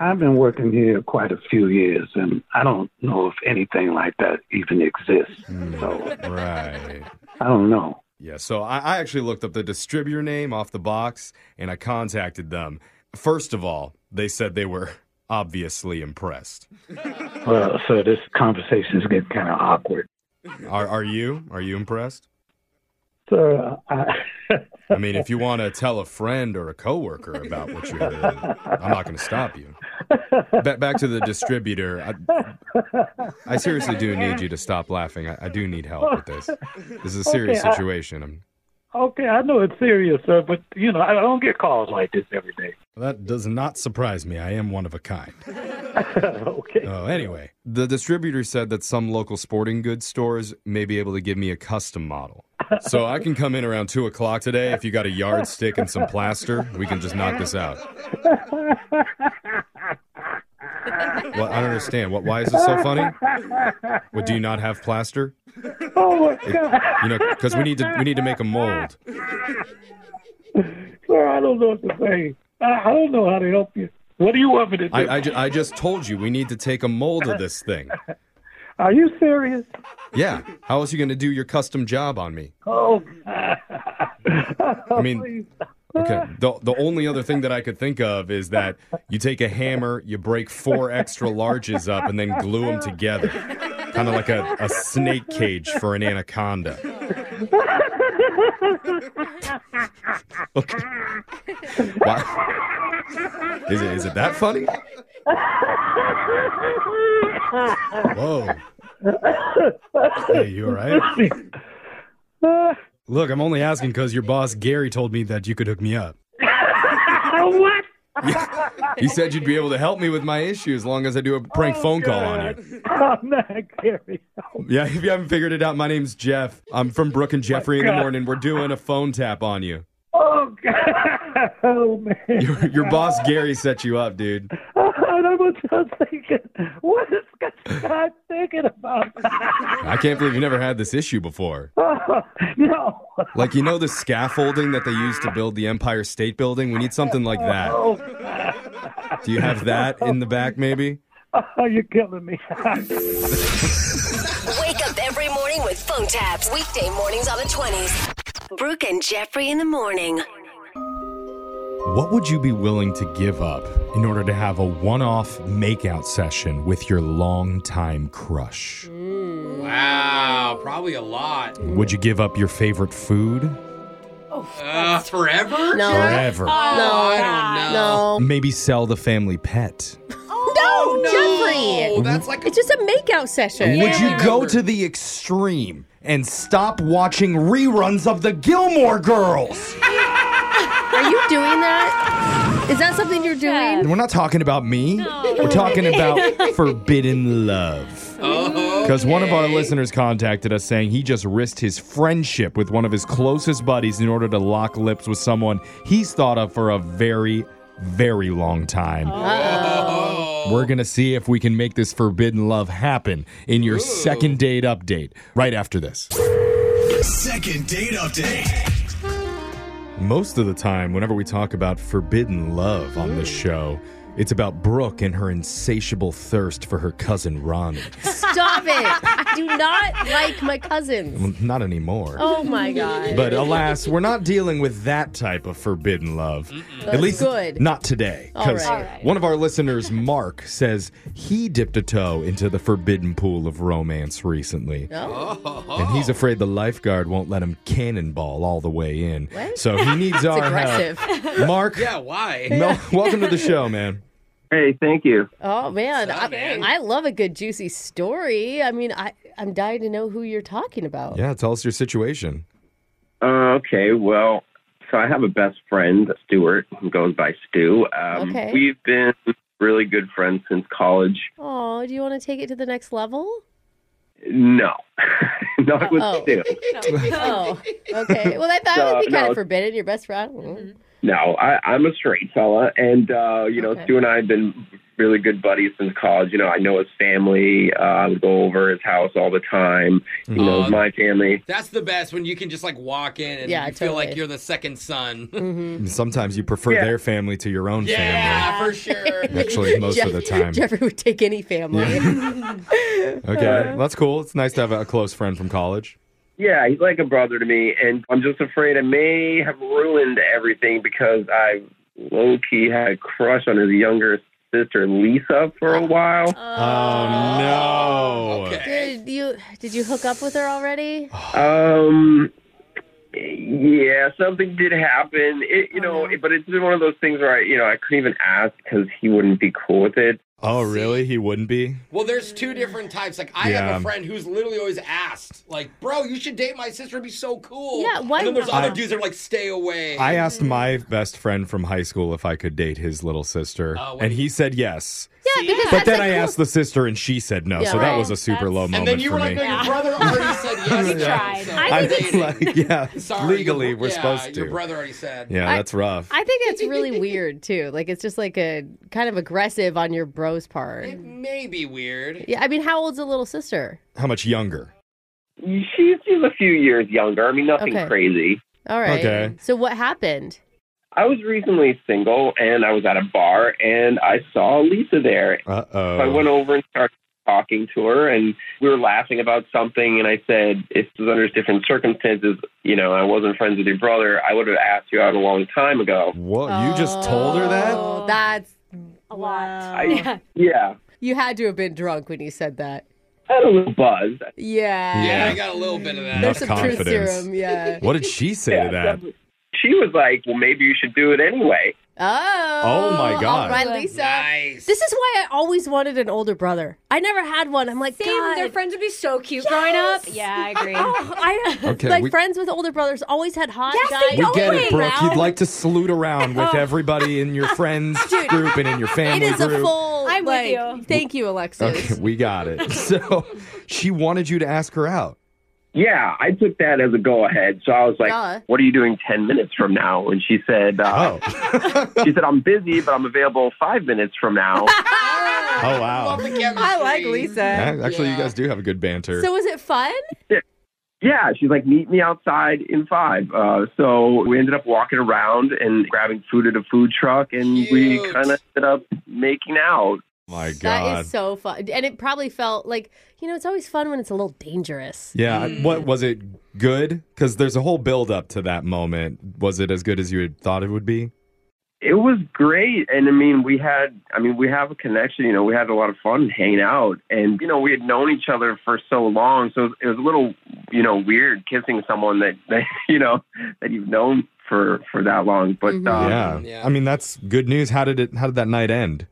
O: I've been working here quite a few years, and I don't know if anything like that even exists. So
C: right.
O: I don't know.
C: Yeah, so I, I actually looked up the distributor name off the box and I contacted them. First of all, they said they were obviously impressed.
O: Well, so this conversation's getting kind of awkward.
C: Are, are you? Are you impressed?
O: Sir, I,
C: I mean, if you want to tell a friend or a coworker about what you heard, I'm not going to stop you. Ba- back to the distributor. I, I seriously do need you to stop laughing. I, I do need help with this. This is a serious
O: Okay, I-
C: situation. I'm,
O: okay, I know it's serious, sir, but you know I don't get calls like this every day.
B: That does not surprise me. I am one of a kind.
O: okay.
C: Oh, anyway, the distributor said that some local sporting goods stores may be able to give me a custom model. So I can come in around two o'clock today. If you got a yardstick and some plaster, we can just knock this out. Well, I don't understand. What? Why is this so funny? What? Do you not have plaster?
O: Oh my god!
C: You know, because we need to we need to make a mold.
O: Sir, I don't know what to say. I, I don't know how to help you. What do you want me to do?
C: I I, ju- I just told you we need to take a mold of this thing.
O: Are you serious?
C: Yeah. How else you gonna do your custom job on me?
O: Oh,
C: I mean, okay. The the only other thing that I could think of is that you take a hammer, you break four extra larges up, and then glue them together, kind of like a, a snake cage for an anaconda. Okay. Why? Is it is it that funny? Whoa.
B: Hey, you all right? Look, I'm only asking because your boss Gary told me that you could hook me up.
O: what?
C: You said you'd be able to help me with my issue as long as I do a prank
O: Oh,
C: phone call on you.
O: I'm not Gary.
C: Yeah, if you haven't figured it out, my name's Jeff. I'm from Brooke and Jeffrey in the
O: God.
C: morning. We're doing a phone tap on you.
O: Oh god! Oh man!
C: Your, your boss Gary set you up, dude.
O: I was just thinking, what is Scott thinking about?
C: I can't believe you never had this issue before.
O: Oh, no.
C: Like you know the scaffolding that they use to build the Empire State Building. We need something like that.
O: Oh,
C: Do you have that in the back, maybe?
O: oh, you're killing me.
I: Wake up every morning with phone taps. Weekday mornings on the 20s. Brooke and Jeffrey in the morning.
B: What would you be willing to give up in order to have a one off makeout session with your longtime crush?
E: Wow. Wow, probably a lot.
C: Would you give up your favorite food?
E: Uh, forever?
A: Oh,
E: Oh,
A: No.
C: Forever.
A: No. I don't know. No.
C: Maybe sell the family pet.
A: No,
E: Oh,
A: Jeffrey.
C: that's
A: like it's just a makeout session.
C: Would you go to the extreme and stop watching reruns of the Gilmore Girls?
A: Are you doing that? Is that something you're doing?
C: We're not talking about me. We're talking about forbidden love.
A: Oh,
E: Oh.
C: Because one of our listeners contacted us saying he just risked his friendship with one of his closest buddies in order to lock lips with someone he's thought of for a very, very long time. We're going to see if we can make this forbidden love happen in your second date update right after this.
P: Second date update.
C: Most of the time, whenever we talk about forbidden love on this
A: Mm.
C: show, it's about Brooke and her insatiable thirst for her cousin Ronnie.
A: Stop it. Do not like my cousins.
C: Well, Not anymore.
A: Oh my god.
C: But alas, we're not dealing with that type of forbidden love. At
A: That's
C: least
A: good.
C: not today.
A: All
C: Because
A: right. All right.
C: one of our listeners, Mark, says he dipped a toe into the forbidden pool of romance recently.
A: Oh.
E: Oh.
C: And he's afraid the lifeguard won't let him cannonball all the way in.
E: What?
C: So he needs our help.
E: aggressive.
C: Mark.
E: Yeah, why?
C: Mel- welcome to the show, man. Hey, thank you.
A: Oh man, I, I love a good juicy story. I mean, I I'm dying to know who you're talking about.
C: Yeah, tell us your situation.
Q: Uh, okay, well, so I have a best friend, Stuart, who goes by Stu. Um,
A: Okay.
Q: We've been really good friends since college.
A: Oh, do you want to take it to the next level?
Q: No, not with
A: oh.
Q: Stu.
A: oh, okay. Well, I thought it would be
Q: No,
A: kind
Q: no.
A: of forbidden. Your best friend. Mm.
Q: No, I, I'm a straight fella, and uh, you know,
A: Okay.
Q: Stu and I have been really good buddies since college. You know, I know his family. Uh, I would go over his house all the time. He knows
E: Aw.
Q: my family.
E: That's the best when you can just like walk in and
A: Yeah,
E: you feel like
A: totally. Mm-hmm.
E: you're the second son.
C: Sometimes you prefer their family to your own
E: Yeah, for sure.
C: family. Actually, most of the time.
A: Jeffrey would take any family.
Q: Uh-huh.
C: Okay, that's cool. It's nice to have a close friend from college.
Q: Yeah, he's like a brother to me, and I'm just afraid I may have ruined everything because I low key had a crush on his younger sister Lisa for a while.
C: Oh,
A: Oh,
C: no!
A: Did you did you hook up with her already?
C: Uh,
Q: Um, yeah, something did happen. It, you know, but it's just one of those things where I, you know, I couldn't even ask because he wouldn't be cool with it.
C: Oh, really? He wouldn't be?
E: Well, there's two different types. Like, I
C: Yeah.
E: have a friend who's literally always asked, like, bro, you should date my sister. It'd be so cool.
A: Yeah, why
E: And then there's
A: not?
E: other dudes that are like, stay away.
C: I asked my best friend from high school if I could date his little sister,
E: Oh,
C: and he said yes.
A: Yeah, because
C: But
A: that's
C: then
A: like,
C: I asked the sister, and she said no.
A: Yeah,
C: so that
A: right.
C: was a super low moment
E: and then you
C: for
E: were
C: me.
E: like, no, your brother already said yes.
C: Yeah. I
A: I
C: was
A: think it's
C: like, yeah,
E: Sorry,
C: legally
E: your-
C: we're
E: yeah,
C: supposed to.
E: Your brother already said.
C: yeah,
A: I-
C: that's rough.
A: I think it's really weird too. Like it's just like a kind of aggressive on your bro's part.
E: It may be weird.
A: Yeah, I mean, how old's a little sister?
C: How much younger?
Q: She's she's a few years younger. I mean, nothing
A: Okay.
Q: crazy.
A: All right.
Q: Okay.
A: So what happened?
Q: I was recently single and I was at a bar and I saw Lisa there.
C: Uh oh.
Q: So I went over and started talking to her and we were laughing about something and I said, If it was under different circumstances, you know, I wasn't friends with your brother, I would have asked you out a long time ago.
C: What you just told her that?
A: Oh, that's a lot.
Q: I, yeah.
A: you had to have been drunk when you said that.
Q: I had a little buzz.
A: Yeah.
E: Yeah, I got a little bit of that.
A: There's
C: Enough
A: some truth
C: confidence.
A: serum. Yeah.
C: What did she say to that?
Q: She was like, Well maybe you should do it anyway.
A: Oh.
C: Oh, my
A: All
C: God.
A: right, Lisa. This is why I always wanted an older brother. I never had one. I'm like,
G: Same. Their
A: God.
G: friends would be so cute growing up. Yeah, I agree.
A: Oh, I
C: Okay,
A: like
C: we-
A: friends with older brothers always had hot guys.
C: We get it, Brooke.
A: around.
C: You'd like to salute around with
A: Oh.
C: everybody in your friends group and in your family
A: It is
C: group.
A: a full. I'm
G: with
A: you. Thank you, Alexis.
C: Okay, we got it. So she wanted you to ask her out.
Q: Yeah, I took that as a go ahead. So I was like,
A: Duh.
Q: "What are you doing ten minutes from now?" And she said, uh, "She said I'm busy, but I'm available five minutes from now."
C: Oh wow.
A: I like Lisa.
C: Yeah, actually, you guys do have a good banter.
A: So was it fun?
Q: Yeah, she's like, meet me outside in five. Uh, so we ended up walking around and grabbing food at a food truck, and we kind of ended up making out.
C: My
A: That is so fun, and it probably felt like you know it's always fun when it's a little dangerous.
C: yeah.
E: Mm.
C: What was it good? Because there's a whole build up to that moment. Was it as good as you had thought it would be?
Q: It was great. And I mean, we had, I mean, we have a connection, you know, we had a lot of fun hanging out. And, you know, we had known each other for so long. So it was a little, you know, weird kissing someone that, that you know, that you've known for, for that long. But,
A: Mm-hmm.
C: Mm-hmm.
Q: uh,
C: yeah. I mean, that's good news. How did it? How did that night end?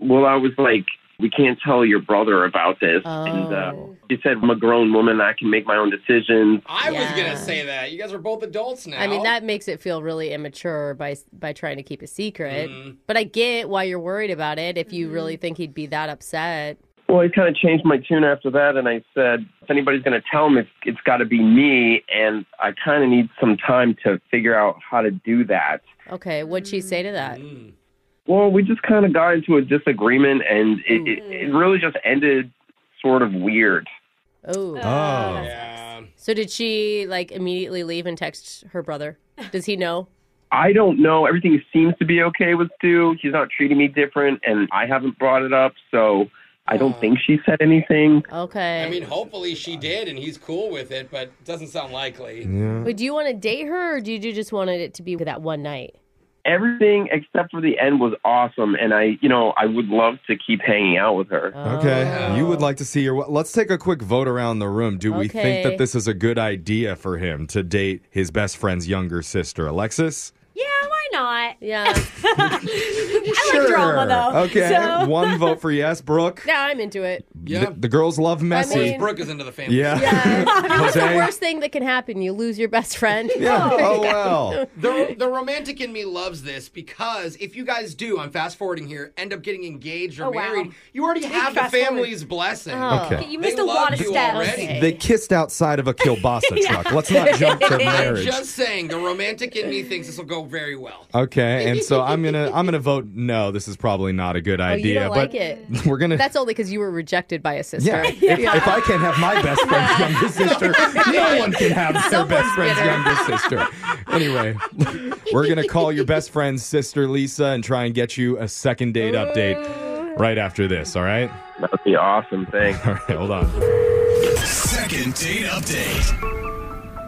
Q: well, I was like, we can't tell your brother about this. And uh, he said, I'm a grown woman. I can make my own decisions.
E: I was gonna say that. You guys are both adults now.
A: I mean, that makes it feel really immature by by trying to keep a secret.
E: Mm-hmm.
A: But I get why you're worried about it if you really think he'd be that upset.
Q: Well, I kind of changed my tune after that, and I said, if anybody's going to tell him, it's, it's got to be me, and I kind of need some time to figure out how to do that.
A: Okay, what'd she say to that?
E: Mm-hmm.
Q: Well, we just kind of got into a disagreement, and it, it, it really just ended sort of weird.
A: Oh.
C: Uh.
Q: Yeah.
A: So did she like immediately leave and text her brother? Does he know?
Q: I don't know. Everything seems to be okay with Stu. He's not treating me different, and I haven't brought it up, so I don't think she said anything.
A: Okay.
E: I mean, hopefully she did, and he's cool with it, but doesn't sound likely.
C: Uh.
A: Wait, do you want to date her or do you just wanted it to be that one night?
Q: Everything except for the end was awesome, and I, you know, I would love to keep hanging out with her.
C: Oh, Okay. You would like to see your. Let's take a quick vote around the room. Do we think
A: Okay.
C: that this is a good idea for him to date his best friend's younger sister, Alexis?
G: Yeah, why not?
A: Yeah.
G: I like drama though.
C: Okay.
G: So-
C: One vote for yes, Brooke.
A: Yeah, I'm into it.
C: The, the girls love messy.
A: mean-
E: Brooke is into the family.
C: yeah.
A: What's the
C: Jose?
A: worst thing that can happen? You lose your best friend.
C: Yeah. Oh, well.
E: The, the romantic in me loves this because if you guys do, I'm fast forwarding here, end up getting engaged or
G: Oh, wow.
E: married, you already
G: Big
E: have the
G: fast forward.
E: family's blessing.
C: Oh. Okay.
G: You missed
E: They
G: a
E: love
G: lot of
E: you
G: steps.
E: already.
C: They kissed outside of a kielbasa truck. Let's not jump to marriage.
E: I'm just saying, the romantic in me thinks this will go very well.
C: Okay, and so I'm gonna I'm gonna vote no. This is probably not a good
A: Oh, you
C: idea.
A: don't
C: but
A: like it.
C: we're gonna
A: That's only because you were rejected by a sister.
C: yeah. If, if I can't have my best friend's younger sister, no one can have their best friend's younger sister. Anyway, we're gonna call your best friend's sister Lisa and try and get you a second date update right after this. All right?
Q: That'd be awesome. Thanks.
C: All right, hold on.
P: Second date update.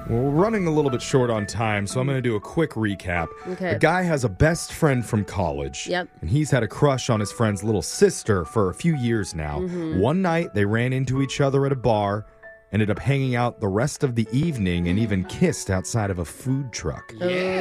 C: Well, we're running a little bit short on time, so I'm going to do a quick recap.
A: Okay.
C: A guy has a best friend from college.
A: Yep.
C: And he's had a crush on his friend's little sister for a few years now.
A: Mhm.
C: One night, they ran into each other at a bar, ended up hanging out the rest of the evening, and even kissed outside of a food truck.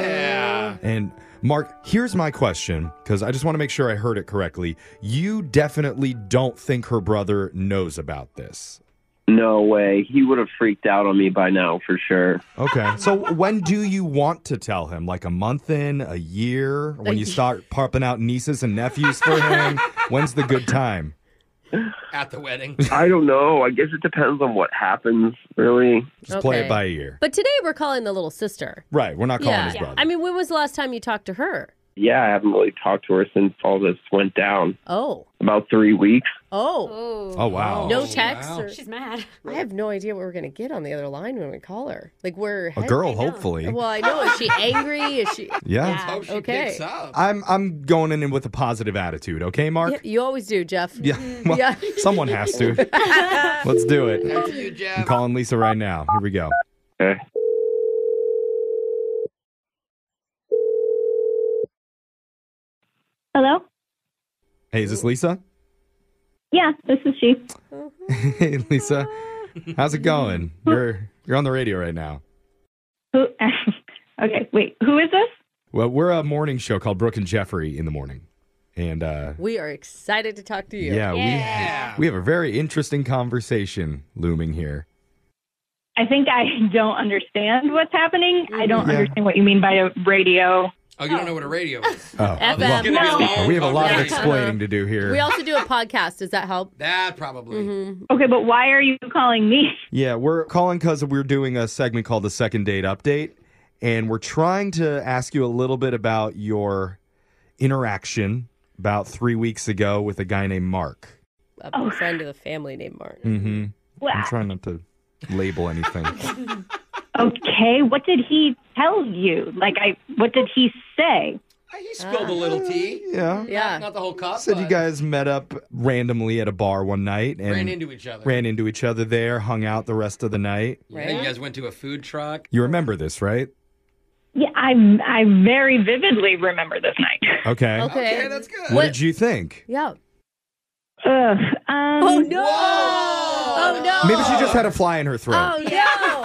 E: Yeah.
C: And Mark, here's my question because I just want to make sure I heard it correctly. You definitely don't think her brother knows about this.
Q: No way. He would have freaked out on me by now for sure.
C: Okay. So when do you want to tell him? Like a month in, a year? When you start popping out nieces and nephews for him? When's the good time?
E: At the wedding.
Q: I don't know. I guess it depends on what happens, really.
C: Just play
A: Okay.
C: it by ear.
A: But today we're calling the little sister.
C: Right. We're not calling
A: yeah.
C: his brother.
A: I mean, when was the last time you talked to her?
Q: Yeah, I haven't really talked to her since all this went down.
A: Oh.
Q: About three weeks.
A: Oh.
Q: Oh, wow.
A: No
Q: Oh,
A: text.
Q: wow.
A: Or... She's mad. I have no idea what we're going to get on the other line when we call her. Like, where.
C: A girl, hopefully.
A: Well, I know. Is she angry? Is she.
C: Yeah. Let's hope
A: okay.
C: Uh, I'm I'm going in with a positive attitude, okay, Mark?
A: Yeah, you always do, Jeff. Mm-hmm.
C: Yeah. Well,
A: Yeah.
C: Someone has to. Let's do it.
A: That's you, Jeff.
C: I'm calling Lisa right now. Here we go.
Q: Okay.
R: Hello?
C: Hey, is this Lisa?
R: Yeah, this is she.
C: Hey, Lisa. How's it going? You're you're on the radio right now.
R: Who? okay, wait. Who is this?
C: Well, we're a morning show called Brooke and Jeffrey in the morning, and uh,
A: We are excited to talk to you.
C: yeah, we we have a very interesting conversation looming here.
R: I think I don't understand what's happening. I don't
C: Yeah.
R: understand what you mean by a radio.
E: Oh, you don't know what a radio is.
C: Oh,
A: FM.
C: well,
A: It's gonna be a long
C: we have a lot of
A: conversation.
C: explaining to do here.
A: We also do a podcast. Does that help? Mm-hmm.
E: That probably.
R: Okay, but why are you calling me?
C: yeah, we're calling because we're doing a segment called the Second Date Update, and we're trying to ask you a little bit about your interaction about three weeks ago with a guy named Mark.
A: A friend of the family named Martin.
C: Mm-hmm.
R: Wow.
C: I'm trying not to label anything.
R: Okay, what did he tell you? Like, I what did he say?
E: He spilled a little tea.
C: Yeah.
E: Yeah. Not the whole cup.
C: Said you
E: but-
C: guys met up randomly at a bar one night and
E: Ran into each other.
C: Ran into each other there, hung out the rest of the night.
E: Yeah, you guys went to a food truck.
C: You remember this, right?
R: Yeah, I I very vividly remember this night.
C: Okay.
A: Okay. Okay, that's good.
C: What, did you think?
A: Yeah.
R: Ugh. Um,
A: oh no! Oh no!
C: Maybe she just had a fly in her throat.
A: Oh no!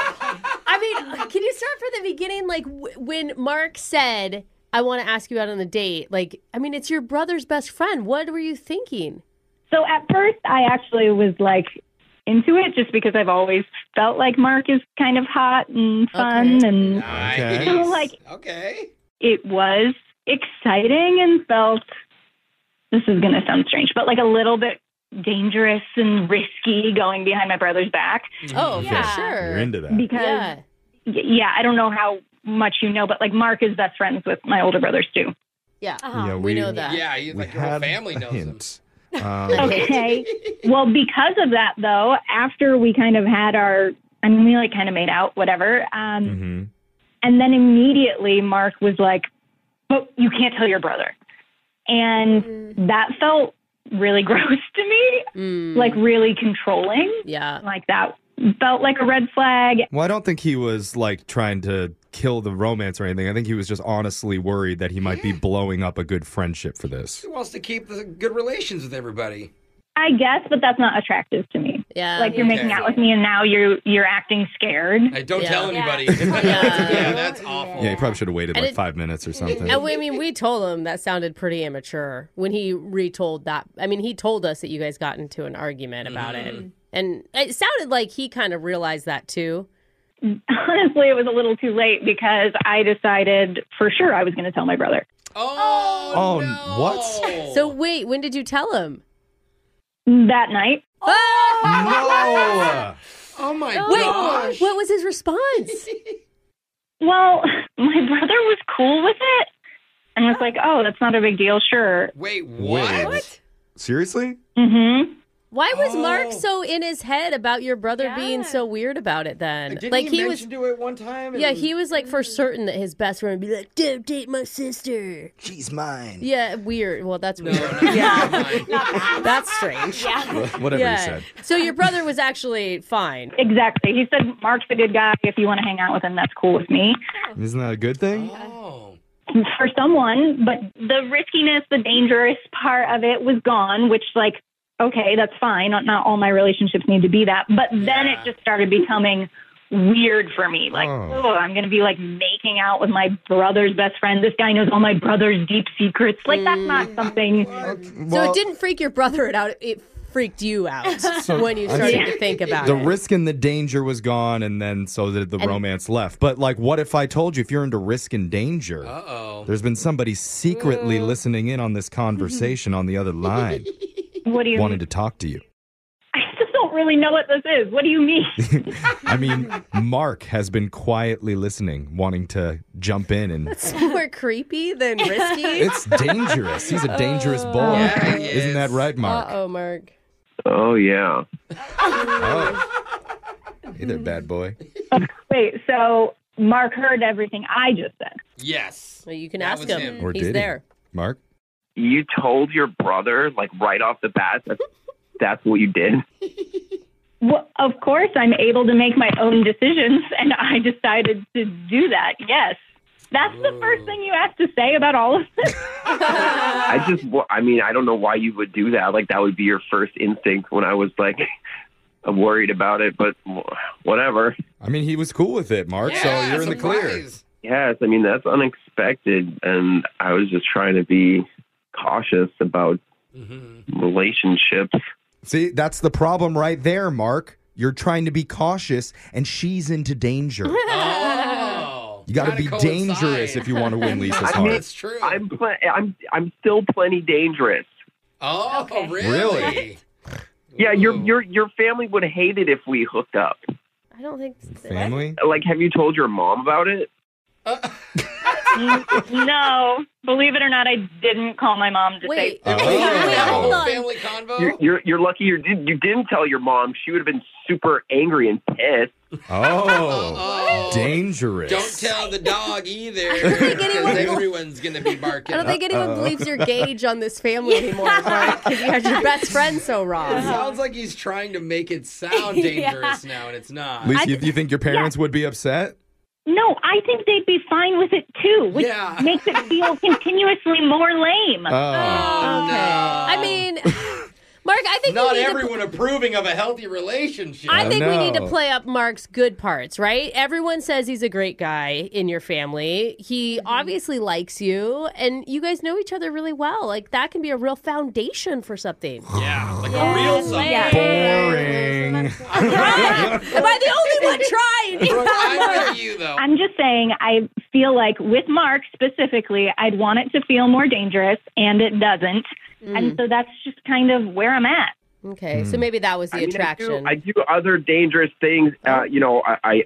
A: I mean, can you start from the beginning? Like w- when Mark said, "I want to ask you out on a date." Like, I mean, it's your brother's best friend. What were you thinking?
R: So at first, I actually was like into it just because I've always felt like Mark is kind of hot and fun and
E: Nice.
R: so like
E: okay.
R: it was exciting and felt this is going to sound strange, but like a little bit dangerous and risky going behind my brother's back.
A: Oh, yeah. sure.
C: You're into that.
R: Because
A: Yeah.
R: y- yeah, I don't know how much you know, but like Mark is best friends with my older brothers too.
A: Yeah.
C: Yeah,
E: we, know that. Yeah, you,
C: we
E: like your whole
C: had
E: family
C: a
E: knows him.
C: hint. Um,
R: Okay. well, because of that, though, after we kind of had our, I mean, we like kind of made out, whatever. Um,
E: Mm-hmm.
R: And then immediately Mark was like, but you can't tell your brother. And
A: Mm.
R: that felt really gross to me, like really controlling.
A: Yeah.
R: Like that felt like a red flag.
C: Well, I don't think he was like trying to kill the romance or anything. I think he was just honestly worried that he might be blowing up a good friendship for this.
E: He wants to keep the good relations with everybody.
R: I guess, but that's not attractive to me.
A: Yeah.
R: Like you're
E: Okay.
R: making out with me and now you're you're acting scared.
E: Hey, don't tell anybody.
A: Yeah.
E: that's awful.
C: Yeah, he probably should have waited
A: And
C: like
A: it-
C: five minutes or something.
A: And we, I mean, we told him that sounded pretty immature when he retold that. I mean, he told us that you guys got into an argument about
C: Mm.
A: it, and it sounded like he kind of realized that too.
R: honestly, it was a little too late because I decided for sure I was going to tell my brother.
E: Oh,
C: Oh, what?
A: So wait, when did you tell him? Oh,
R: That night,
C: No.
E: Oh my
A: wait,
E: gosh.
A: what was his response?
R: well, my brother was cool with it and was like, oh, that's not a big deal, sure.
E: Wait,
C: Wait. Seriously?
R: Mm-hmm.
A: Why was
E: Oh.
A: Mark so in his head about your brother being so weird about it? Then,
E: Didn't
A: like
E: he,
A: he was,
E: mention to it one time?
A: yeah, he was like for certain that his best friend would be like, "Don't date my sister."
C: She's mine.
A: Yeah, weird. Well, that's weird. that's strange. Yeah.
C: Whatever
A: Mm-hmm. yeah.
C: he said.
A: So your brother was actually fine.
R: Exactly. He said, Mark's a good guy. If you want to hang out with him, that's cool with me.
C: Isn't that a good thing?
E: Oh.
R: For someone, but the riskiness, the dangerous part of it was gone, which, like, okay, that's fine. Not, not all my relationships need to be that. But then it just started becoming weird for me. Like,
C: Oh.
R: oh, I'm going to be like making out with my brother's best friend. This guy knows all my brother's deep secrets. Like, that's not something.
A: Mm. so
C: Well-
A: it didn't freak your brother it out. It freaked you out when you
C: I
A: started
C: see.
A: to think about
C: The
A: it.
C: risk and the danger was gone, and then so did the
A: And-
C: romance left. But like, what if I told you if you're into risk and danger?
E: Uh-oh.
C: There's been somebody secretly listening in on this conversation on the other line,
R: What do you
C: wanting
R: mean?
C: to talk to you.
R: I just don't really know what this is. What do you mean?
C: I mean, Mark has been quietly listening, wanting to jump in, and
A: It's more creepy than risky.
C: it's dangerous. He's a dangerous
A: Oh,
C: boy. Isn't that right,
A: Uh
C: Mark?
A: oh, Mark.
Q: Oh yeah.
C: Oh. Hey there, bad boy.
R: Wait, so Mark heard everything I just said.
E: Yes.
A: Well, you can
E: That
A: ask
E: was
A: him.
E: him.
C: Or
A: He's
C: did he?
A: there.
C: Mark?
Q: You told your brother like right off the bat that that's what you did.
R: Well, of course, I'm able to make my own decisions, and I decided to do that. Yes. That's the first thing you have to say about all of this.
Q: I just, wa- I mean, I don't know why you would do that. Like, that would be your first instinct when I was like, I'm worried about it, but wh- whatever.
C: I mean, he was cool with it, Mark. so you're in the clear.
Q: Yes, I mean, that's unexpected. And I was just trying to be cautious about relationships.
C: See, that's the problem right there, Mark. You're trying to be cautious, and she's into danger.
E: Oh.
C: You got to
E: Kinda
C: be
E: coincide.
C: dangerous if you want to win Lisa's
Q: I mean,
C: heart.
E: That's true.
Q: I'm, pl- I'm, I'm still plenty dangerous.
E: Oh, really?
C: Really?
Q: Yeah, your your your family would hate it if we hooked up.
A: I don't think.
C: Family?
Q: Like, have you told your mom about it?
R: no, believe it or not, I didn't call my mom to
A: Wait.
R: say.
E: Wait,
A: hold
E: hold
A: on.
E: on. Family convo?
Q: You're, you're, you're lucky you, did, you didn't tell your mom. She would have been super angry and pissed.
C: Oh,
E: oh.
C: dangerous.
E: Don't tell the dog either.
A: think anyone
E: Because
A: will-
E: everyone's going to be
A: I
E: barking.
A: don't think anyone
C: Uh-oh.
A: believes your gauge on this family anymore, Mark, because you had your best friend so
E: It
A: wrong.
E: sounds like he's trying to make it sound dangerous now, and it's not.
C: Lisa, you, you think your parents would be upset?
R: No, I think they'd be fine with it too, which
A: Yeah.
R: makes it feel continuously more lame.
A: Oh.
E: Oh.
A: I mean, Mark, I think
E: Not
A: we need
E: everyone
A: To-
E: approving of a healthy relationship.
A: I think we need to play up Mark's good parts, right? Everyone says he's a great guy in your family. He obviously likes you, and you guys know each other really well. Like, that can be a real foundation for something.
E: Yeah, like
A: Yeah,
E: a real something.
A: yeah.
C: Boring.
A: Am I the only one trying?
E: I'm with you, though.
R: I'm just saying, I feel like with Mark specifically, I'd want it to feel more dangerous, and it doesn't. And so that's just kind of where I'm at.
A: Mm. Okay,
E: Mm.
A: so maybe that was the
Q: I mean, I do-
A: attraction.
Q: I do, other dangerous things. Uh, you know, I, I,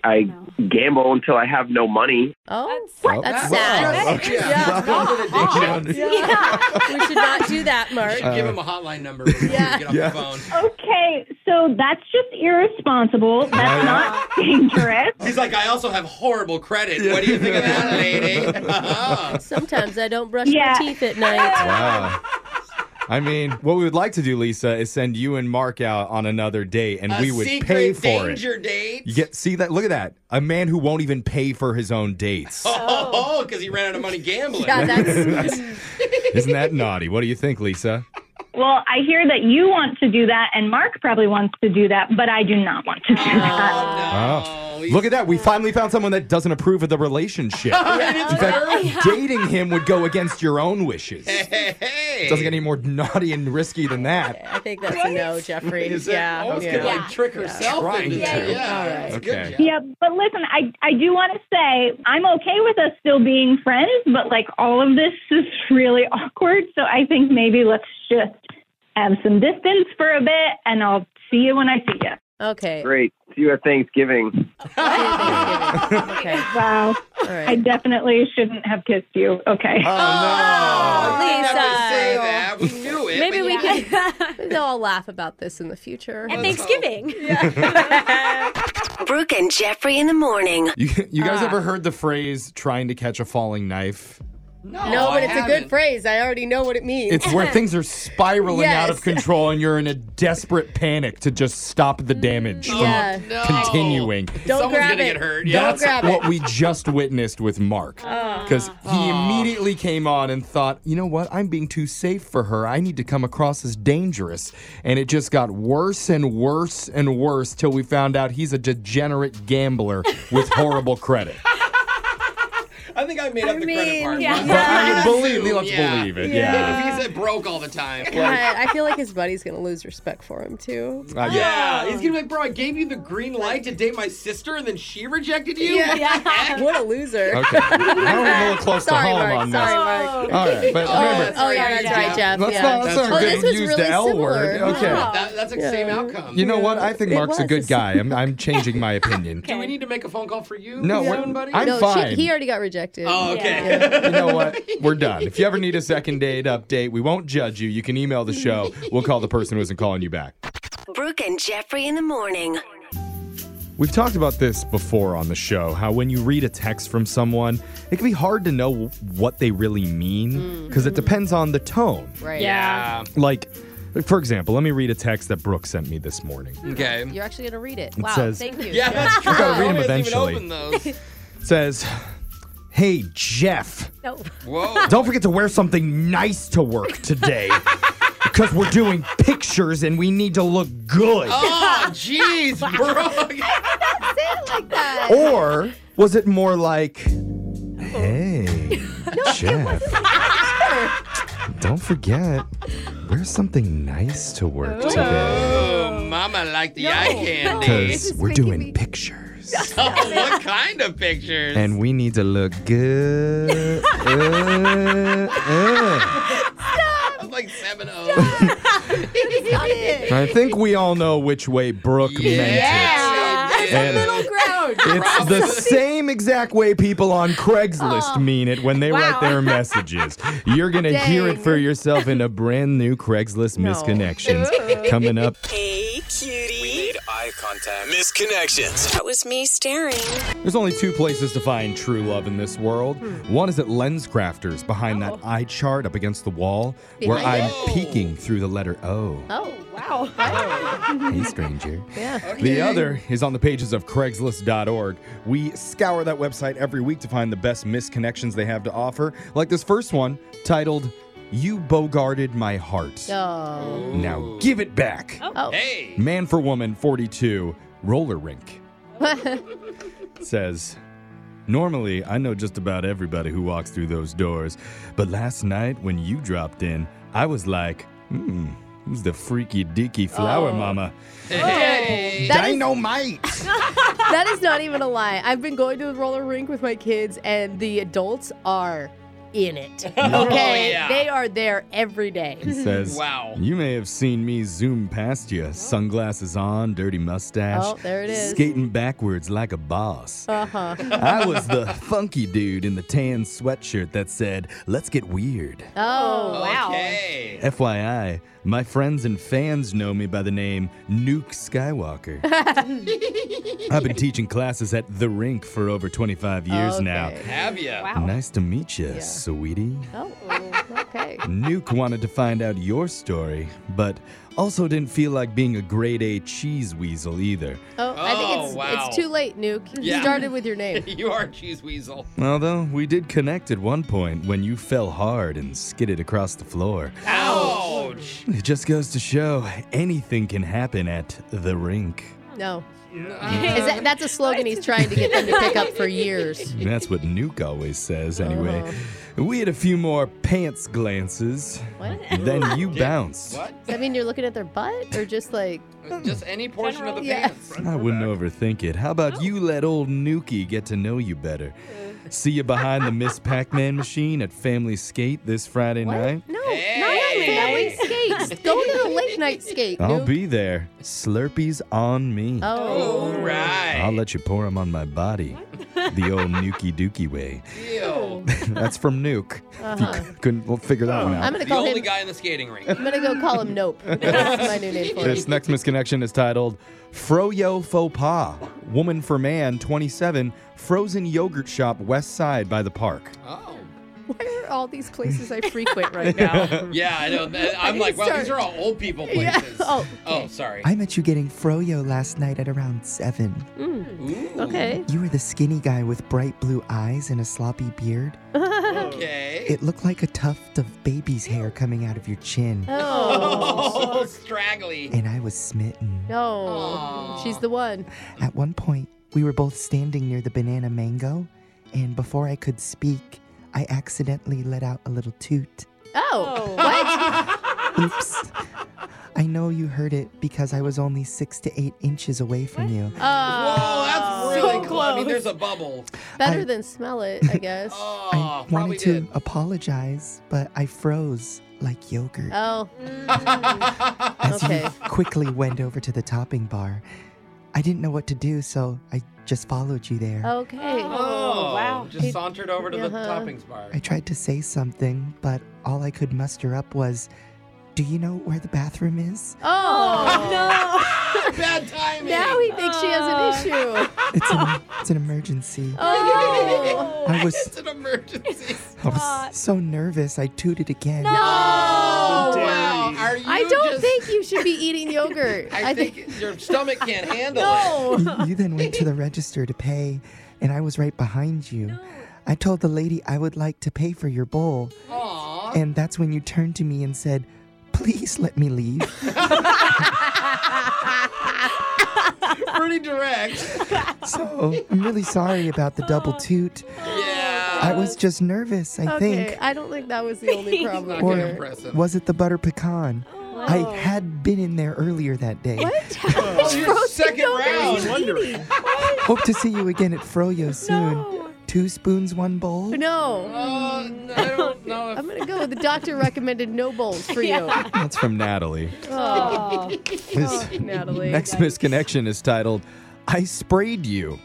Q: I gamble until I have no money.
A: Oh,
Q: Well,
A: that's
Q: that's-
A: sad.
Q: that's- okay.
A: Yeah.
Q: That's not
A: Yeah.
Q: an addiction.
A: Yeah. Uh, We should not do that,
E: You
A: Mark.
E: should give him a hotline number before you get off the phone.
R: Okay, so that's just irresponsible. That's not dangerous.
E: He's like, I also have horrible credit. What do you think of that, lady?
A: Sometimes I don't brush
R: Yeah.
A: my teeth at night.
C: Wow. I mean, what we would like to do, Lisa, is send you and Mark out on another date, and
E: A
C: we would
E: secret
C: pay for it.
E: danger date.
C: You get see that? Look at that! A man who won't even pay for his own dates.
E: Oh, because he ran out of money gambling.
R: Yeah,
C: that's- Isn't that naughty? What do you think, Lisa?
R: Well, I hear that you want to do that, and Mark probably wants to do that, but I do not want to do that.
C: Oh. Look at that! We finally found someone that doesn't approve of the relationship.
R: Yeah.
C: In fact, dating him would go against your own wishes.
E: hey, hey.
C: Doesn't get any more naughty and risky than that.
A: I think that's a no, Jeffrey.
E: Is it-
A: yeah.
E: I was
A: yeah.
E: gonna, like, trick herself
C: Trying
E: into
C: to.
E: that. Yeah.
C: All
E: that's
C: right.
E: good,
C: Okay.
E: Jeff.
R: Yeah, but listen, I I do want to say I'm okay with us still being friends, but like all of this is really awkward. So I think maybe let's just have some distance for a bit, and I'll see you when I see you.
A: Okay.
Q: Great. See you at Thanksgiving.
A: Okay.
R: Wow.
A: right.
R: I definitely shouldn't have kissed you. Okay.
A: Oh, Lisa.
E: say that. We knew it.
A: Maybe
E: but
A: we
E: yeah.
A: can. Maybe they'll all laugh about this in the future.
I: At
A: Thanksgiving.
I: Brooke and Jeffrey in the morning.
C: You, you guys
A: Ah.
C: ever heard the phrase "trying to catch a falling knife"?
A: No, but it's a good phrase. I already know what it means.
C: It's where things are spiraling out
A: Yes.
C: of control and you're in a desperate panic to just stop the damage from
A: Mm. Yeah.
E: No.
C: continuing.
A: Don't
E: Someone's
A: grab
E: gonna
A: it.
E: get hurt. Yeah.
C: That's
A: grab it. Ah.
C: what we just witnessed with Mark. Because he immediately came on and thought, you know what? I'm being too safe for her. I need to come across as dangerous. And it just got worse and worse and worse till we found out he's a degenerate gambler with horrible credit.
E: I think I made up the credit part.
A: yeah.
E: But
A: Yeah.
E: I
C: Believe
E: assume,
C: me, let's
E: yeah.
C: believe it.
A: Yeah.
C: Yeah.
E: If he's uh, broke all the time.
A: God, I feel like his buddy's gonna lose respect for him too.
C: Uh,
E: Yeah, he's gonna be like, bro, I gave you the green light to date my sister, and then she rejected you.
A: Yeah.
E: What the heck?
A: What a loser.
C: Okay. Now we're a little close to
A: sorry,
C: home
A: Mark,
C: on this.
A: sorry, Mark.
C: All right, but
A: oh,
C: remember-
A: oh, yeah, that's right, Jeff.
C: Let's
A: yeah.
C: not- let's not
A: oh,
C: get
A: this was
C: used
A: really
C: to L
A: similar.
C: word. Okay.
A: Wow.
E: That, that's the same outcome.
C: You know what? I think
A: It
C: Mark's a
A: was.
C: good guy. I'm, I'm changing my opinion.
E: Do we need to make a phone call for you?
C: No,
E: soon,
C: we're-
E: buddy?
C: I'm
A: no,
C: fine.
A: She, he already got rejected.
E: Oh, okay.
C: You know what? We're done. If you ever need a second date update, we won't judge you. You can email the show. We'll call the person who isn't calling you back.
I: Brooke and Jeffrey in the morning.
C: We've talked about this before on the show how when you read a text from someone, it can be hard to know what they really mean because it depends on the tone.
A: Right.
E: Yeah.
C: Like, for example, let me read a text that Brooke sent me this morning.
E: Okay.
A: You're actually gonna read it.
C: It
A: wow.
C: says-
A: thank you.
E: Yeah,
A: Jeff.
E: that's true.
C: I gotta read 'em
E: Nobody has
C: eventually.
E: Even opened those.
C: It says, Hey, Jeff.
A: No.
E: Whoa.
C: Don't forget to wear something nice to work today because we're doing pictures and we need to look good.
E: Oh, jeez, bro.
C: Or was it more like, hey, Jeff, don't forget, wear something nice to work today
E: Oh, mama like the eye candy.
C: because we're doing pictures
E: Oh, what kind of pictures?
C: and we need to look good. Uh, uh.
E: I'm like oh. 7 0.
C: I think we all know which way Brooke meant it. And-
A: ground.
C: It's the same exact way people on Craigslist mean it when they write their messages. You're going to hear it for yourself in a brand new Craigslist misconnections coming up.
S: Hey, cutie. We made eye contact.
P: Misconnections.
S: That was me staring.
C: There's only two places to find true love in this world. One is at Lens Crafters behind that eye chart up against the wall where
A: Behind
C: I'm peeking through the letter O.
A: Oh,
T: Wow.
C: Hey, stranger.
T: Yeah.
C: The other is on the pages of Craigslist.org. We scour that website every week to find the best misconnections they have to offer, like this first one titled, You Bogarted My Heart.
A: Oh.
C: Now give it back.
A: Oh. Hey.
C: Man for Woman 42, Roller Rink says, Normally, I know just about everybody who walks through those doors, but last night when you dropped in, I was like, hmm, who's the freaky deaky flower
A: Oh.
C: mama?
A: Hey. That is-
C: Dynamite!
A: that is not even a lie. I've been going to the roller rink with my kids, and the adults are in it.
C: Oh,
A: Okay,
C: yeah.
A: they are there every day.
C: He says, You may have seen me zoom past you, sunglasses on, dirty mustache.
A: Oh, there it is.
C: Skating backwards like a boss.
A: Uh huh.
C: I was the funky dude in the tan sweatshirt that said, Let's get weird.
A: Oh wow.
C: FYI, my friends and fans know me by the name Nuke Skywalker. I've been teaching classes at the rink for over 25 years now.
A: Okay.
U: Have ya? Wow.
C: Nice to meet you, sweetie.
A: Oh, okay.
C: Nuke wanted to find out your story, but also didn't feel like being a grade A cheese weasel either.
A: Oh, I think it's,
E: Oh, wow.
A: it's too late, Nuke. You
E: Yeah.
A: started with your name.
E: you are a cheese weasel.
C: Although we did connect at one point when you fell hard and skidded across the floor.
E: Ouch.
C: It just goes to show anything can happen at the rink.
A: No. Is that, that's a slogan he's trying to get them to pick up for years.
C: That's what Nuke always says, anyway. We had a few more pants glances.
A: What?
C: Then you bounced.
A: Does that mean you're looking at their butt or just like
E: just any portion of the
A: Yeah.
E: pants.
C: I wouldn't overthink it. How about you let old Nuki get to know you better? See you behind the Miss Pac Man machine at Family Skate this Friday night.
A: No, not family skates. Go to the late night skate.
C: I'll
A: Nuke.
C: be there. Slurpees on me.
A: Oh. All
E: right.
C: I'll let you pour them on my body. The old Nuki Dookie way.
E: Ew.
C: That's from Nuke. If you
A: Uh-huh.
C: c- couldn't figure that one out.
A: I'm gonna
E: the
A: call
E: only
A: him.
E: guy in the skating rink.
A: I'm gonna go call him. Nope. That's my new name for
C: This
A: him.
C: next misconnection is titled Froyo Faux Pas, Woman for Man 27, Frozen Yogurt Shop, West Side by the Park.
A: Oh. Why are all these places I frequent right now?
E: Yeah, I know. Th- I'm
A: I
E: like,
A: need to
E: wow, these
A: start-
E: are all old people
A: Yeah.
E: places.
A: Oh.
E: Oh, sorry.
V: I met you getting froyo last night at around 7.
A: Mm.
E: Ooh.
V: You were the skinny guy with bright blue eyes and a sloppy beard.
E: okay.
V: It looked like a tuft of baby's hair coming out of your chin.
A: Oh.
E: Oh, straggly.
V: And I was smitten.
A: No, she's the one.
V: At one point, we were both standing near the banana mango, and before I could speak, I accidentally let out a little toot.
A: Oh, what?
V: Oops. I know you heard it because I was only six to eight inches away from you.
A: Oh, Whoa,
E: that's really cool. I mean, there's a bubble.
A: Oh, Better
V: I-
A: than smell it, I guess.
V: I wanted to apologize, but I froze like yogurt.
A: Oh.
E: Mm.
V: As you
A: okay.
V: quickly went over to the topping bar, I didn't know what to do, so I just followed you there.
A: Okay.
E: Oh,
A: wow.
E: Just sauntered over to the
A: Uh-huh.
E: toppings bar.
V: I tried to say something, but all I could muster up was, "Do you know where the bathroom is?"
A: Oh,
E: no. Bad timing.
A: Now he thinks she has an issue.
V: It's an, it's an emergency.
A: Oh.
V: I was-
E: It's an emergency.
V: I was so nervous, I tooted again.
A: No.
E: Oh, wow. Are you
A: Oh. I don't
E: just-
A: think you should be eating yogurt.
E: I, think, your stomach can't handle
A: No.
E: it.
V: You, you then went to the register to pay, and I was right behind you. I told the lady I would like to pay for your bowl, and that's when you turned to me and said, "Please let me leave."
E: Pretty direct. Oh,
V: so Oh, I'm really sorry about the double toot.
E: Yeah.
V: I was just nervous, I
A: okay,
V: think.
A: I don't think that was the only problem.
V: Or was it the butter pecan? I
A: Wow.
V: had been in there earlier that day.
A: Oh. What?
E: Oh, your second
V: was
E: round.
V: Hope to see you again at Froyo soon. Two spoons, one bowl.
A: No.
E: Oh, I don't know.
A: I'm gonna go with the doctor recommended no bowls for you.
C: That's from Natalie.
A: Oh.
C: This
A: Oh, Natalie.
C: next misconnection is titled I Sprayed You,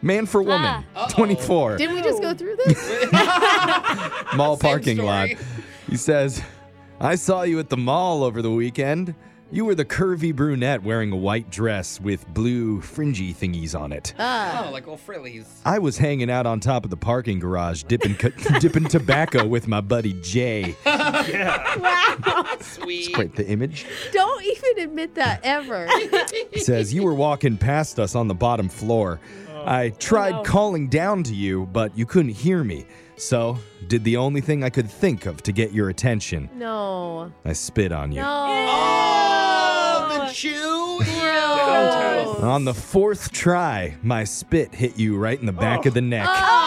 C: Man for
E: Ah.
C: Woman, 24,
A: Ah. Didn't we just go through this?
C: mall parking lot. He says, I saw you at the mall over the weekend. You were the curvy brunette wearing a white dress with blue fringy thingies on it.
A: Ah.
E: Oh, like old frillies.
C: I was hanging out on top of the parking garage dipping co- dipping tobacco with my buddy Jay.
A: Wow.
C: It's quite the image.
A: Don't even admit that ever.
C: He says, You were walking past us on the bottom floor. I tried
A: Oh. no.
C: calling down to you, but you couldn't hear me. So, did the only thing I could think of to get your attention.
A: no.
C: I spit on you.
E: Oh, the chew. Ew.
C: On the fourth try, my spit hit you right in the back of the neck.
A: Oh,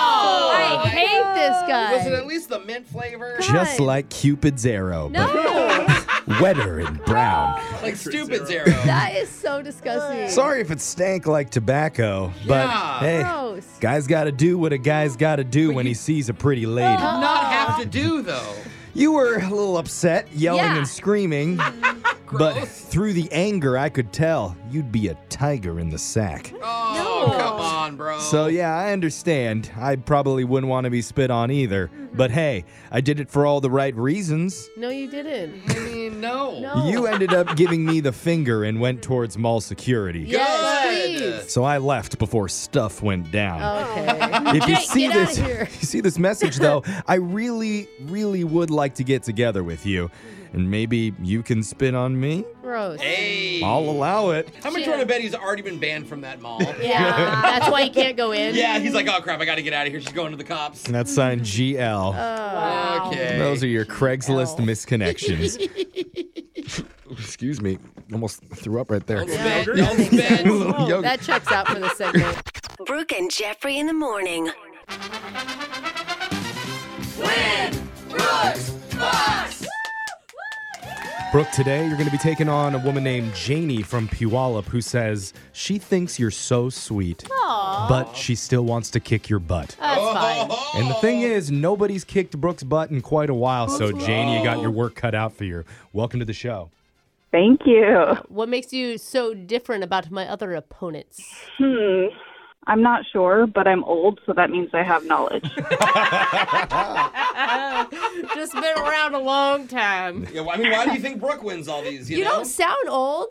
E: Oh,
A: I hate this guy.
E: Was it at least the mint flavor?
C: Just like Cupid's arrow, but wetter and brown.
E: like stupid zero.
A: That is so disgusting.
C: Sorry if it stank like tobacco, but
E: Yeah.
C: hey,
A: Gross.
C: guy's got to do what a guy's got to do when he sees a pretty lady.
A: Oh.
E: Not have to do though.
C: You were a little upset, yelling
E: Yeah.
C: and screaming, but through the anger, I could tell you'd be a tiger in the sack.
E: Oh, come on, bro.
C: So, yeah, I understand. I probably wouldn't want to be spit on either.
A: Mm-hmm.
C: But hey, I did it for all the right reasons.
A: No, you didn't.
E: I mean, no.
A: Oh.
C: You ended up giving me the finger and went towards mall security.
A: Yes, please. Oh,
C: So I left before stuff went down.
A: Okay.
C: If you
A: Jake,
C: see
A: get
C: this,
A: out of here.
C: if you see this message though, I really, really would like to get together with you,
A: Mm-hmm.
C: and maybe you can spin on me.
A: Gross.
E: Hey.
C: I'll allow it.
E: How much do you want to bet he's already been banned from that mall?
A: Yeah, that's why you can't go in.
E: Yeah, he's like, oh crap, I gotta get out of here. She's going to the cops.
C: And that's signed
A: Oh.
C: GL.
E: Okay.
C: Oh. Those are your Craigslist misconnections. Excuse me, almost threw up right there. A
I: Oh,
C: little yogurt.
A: That checks out for the segment.
I: Brooke and Jeffrey in the morning.
C: Brooke, today you're going to be taking on a woman named Janie from Puyallup who says she thinks you're so sweet,
A: Aw.
C: but she still wants to kick your butt.
A: That's fine.
C: And the thing is, nobody's kicked Brooke's butt in quite a while, so Janie, you got your work cut out for you. Welcome to the show.
A: Thank you. What makes you so different about my other opponents?
R: Hmm. I'm not sure, but I'm old, so that means I have knowledge.
A: Just been around a long time.
E: Yeah, well, I mean, why do you think Brooke wins all these? You,
A: You,
E: know?
A: don't sound old.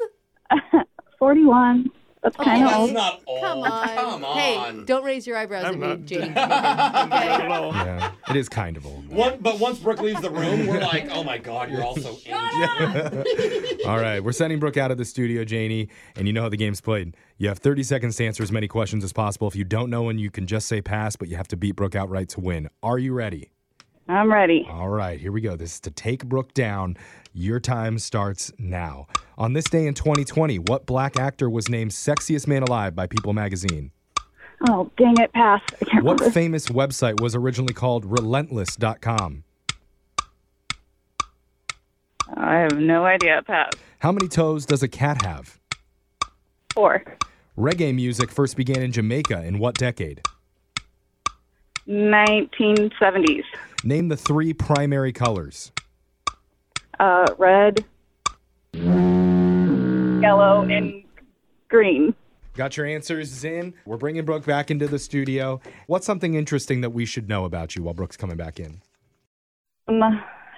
A: Oh,
R: 41. That's kind of
E: that's
R: old.
E: not old.
A: Come on.
E: Come
A: Hey,
E: on.
A: don't raise your eyebrows
E: I'm
A: at
E: not-
A: me, Janie.
C: Yeah, it is kind of old.
E: One, but once Brooke leaves the room, we're like, oh my god, you're all so
C: All right, we're sending Brooke out of the studio, Janie, and you know how the game's played. You have 30 seconds to answer as many questions as possible. If you don't know one, you can just say pass, but you have to beat Brooke outright to win. Are you ready?
R: I'm ready.
C: All right, here we go. This is to take Brooke down. Your time starts now. On this day in 2020, what black actor was named Sexiest Man Alive by People magazine?
R: Oh, dang it, pass. I can't
C: What
R: remember.
C: famous website was originally called relentless.com?
R: I have no idea, pass.
C: How many toes does a cat have?
R: Four.
C: Reggae music first began in Jamaica in what decade?
R: 1970s.
C: Name the three primary colors.
R: Uh, red, yellow, and green.
C: Got your answers in. We're bringing Brooke back into the studio. What's something interesting that we should know about you while Brooke's coming back in?
R: Um,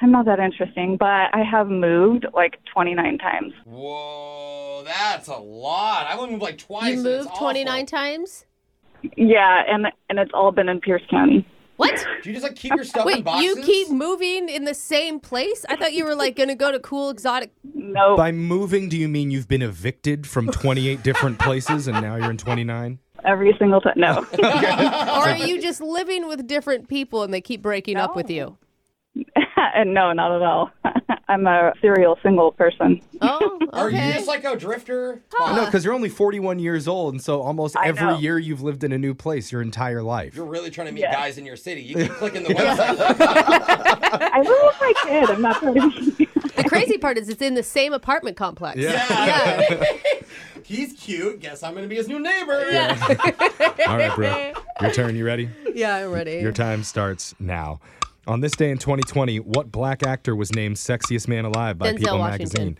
R: I'm not that interesting, but I have moved like 29 times.
E: Whoa, that's a lot. I've only moved like twice.
A: You
E: and it's
A: moved
E: awful.
A: 29 times?
R: Yeah, and and it's all been in Pierce County.
A: What?
E: Do you just like keep your stuff
A: Wait,
E: in boxes?
A: you keep moving in the same place? I thought you were like going to go to cool exotic.
R: No.
C: By moving, do you mean you've been evicted from 28 different places and now you're in 29?
R: Every single time. No.
A: or are you just living with different people and they keep breaking up with you?
R: and no, not at all. I'm a serial single person.
A: Oh,
E: Are you just like a drifter?
C: No, because you're only 41 years old, and so almost every
E: know.
C: year you've lived in a new place your entire life.
E: You're really trying to meet guys in your city. You keep clicking the website.
R: I really if I could. I'm not trying to be.
A: The crazy part is it's in the same apartment complex.
E: He's cute. Guess I'm gonna be his new neighbor.
C: All right, bro. Your turn. You ready?
A: Yeah, I'm ready.
C: Your time starts now. On this day in 2020, what black actor was named Sexiest Man Alive by
A: Denzel
C: People
A: Washington.
C: magazine?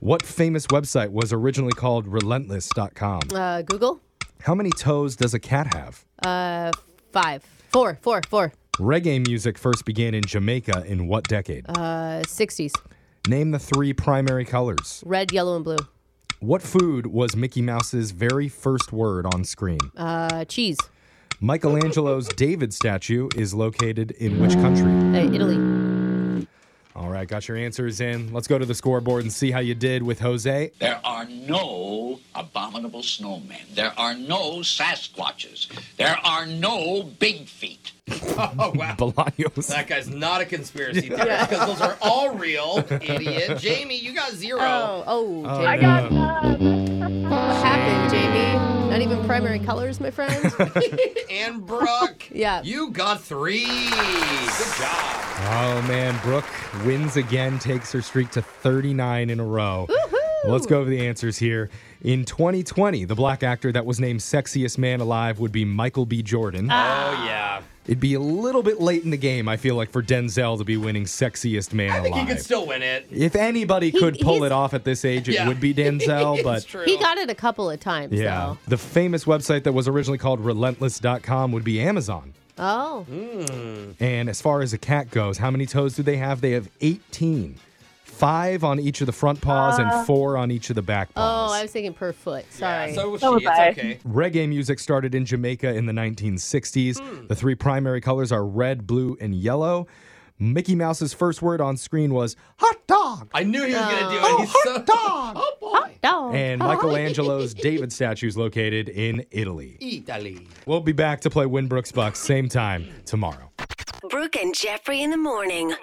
C: What famous website was originally called relentless.com?
A: Uh, Google?
C: How many toes does a cat have?
A: Uh, five. Four, four, four.
C: Reggae music first began in Jamaica in what decade?
A: Uh, 60s.
C: Name the three primary colors.
A: Red, yellow, and blue.
C: What food was Mickey Mouse's very first word on screen?
A: Uh, cheese.
C: Michelangelo's David statue is located in which country?
A: Hey, Italy.
C: All right, got your answers in. Let's go to the scoreboard and see how you did with Jose.
W: There are no abominable snowmen. There are no Sasquatches. There are no big feet.
E: Oh wow,
C: Bolaños.
E: that guy's not a conspiracy theorist because those are all real, Oh, idiot. Jamie, you got zero.
A: Oh, oh,
E: Oh,
A: Jamie.
E: I got
C: uh,
A: What happened, Jamie? Not even primary colors, my friend.
E: and Brooke.
A: yeah.
E: You got three. Good job.
C: Oh man, Brooke wins again, takes her streak to 39 in a row. Let's go over the answers here. In 2020, the black actor that was named sexiest man alive would be Michael B. Jordan.
A: Ah.
E: Oh yeah.
C: It'd be a little bit late in the game, I feel like, for Denzel to be winning sexiest man
E: I think
C: alive.
E: you could still win it.
C: if anybody
A: He-
C: could pull
A: he's-
C: it off at this age, it
E: Yeah.
C: would be Denzel, but
A: he got it a couple of times.
C: yeah. The famous website that was originally called relentless.com would be Amazon.
A: Though. Oh.
E: Hmm.
C: And as far as a cat goes, how many toes do they have? They have 18. Five on each of the front paws
A: Uh.
C: and four on each of the back paws.
A: Oh, I was thinking per foot. Sorry.
E: so was So she. was It's I. okay.
C: Reggae music started in Jamaica in the 1960s. The three primary colors are red, blue, and yellow. Mickey Mouse's first word on screen was hot dog.
E: I knew he was gonna do it.
C: Oh,
E: He's so Oh boy.
A: dog.
C: And
E: Oh,
C: Michelangelo's David statue is located in Italy.
E: Italy.
C: We'll be back to play Winbrook's Bucks same time tomorrow.
I: Brooke and Jeffrey in the morning.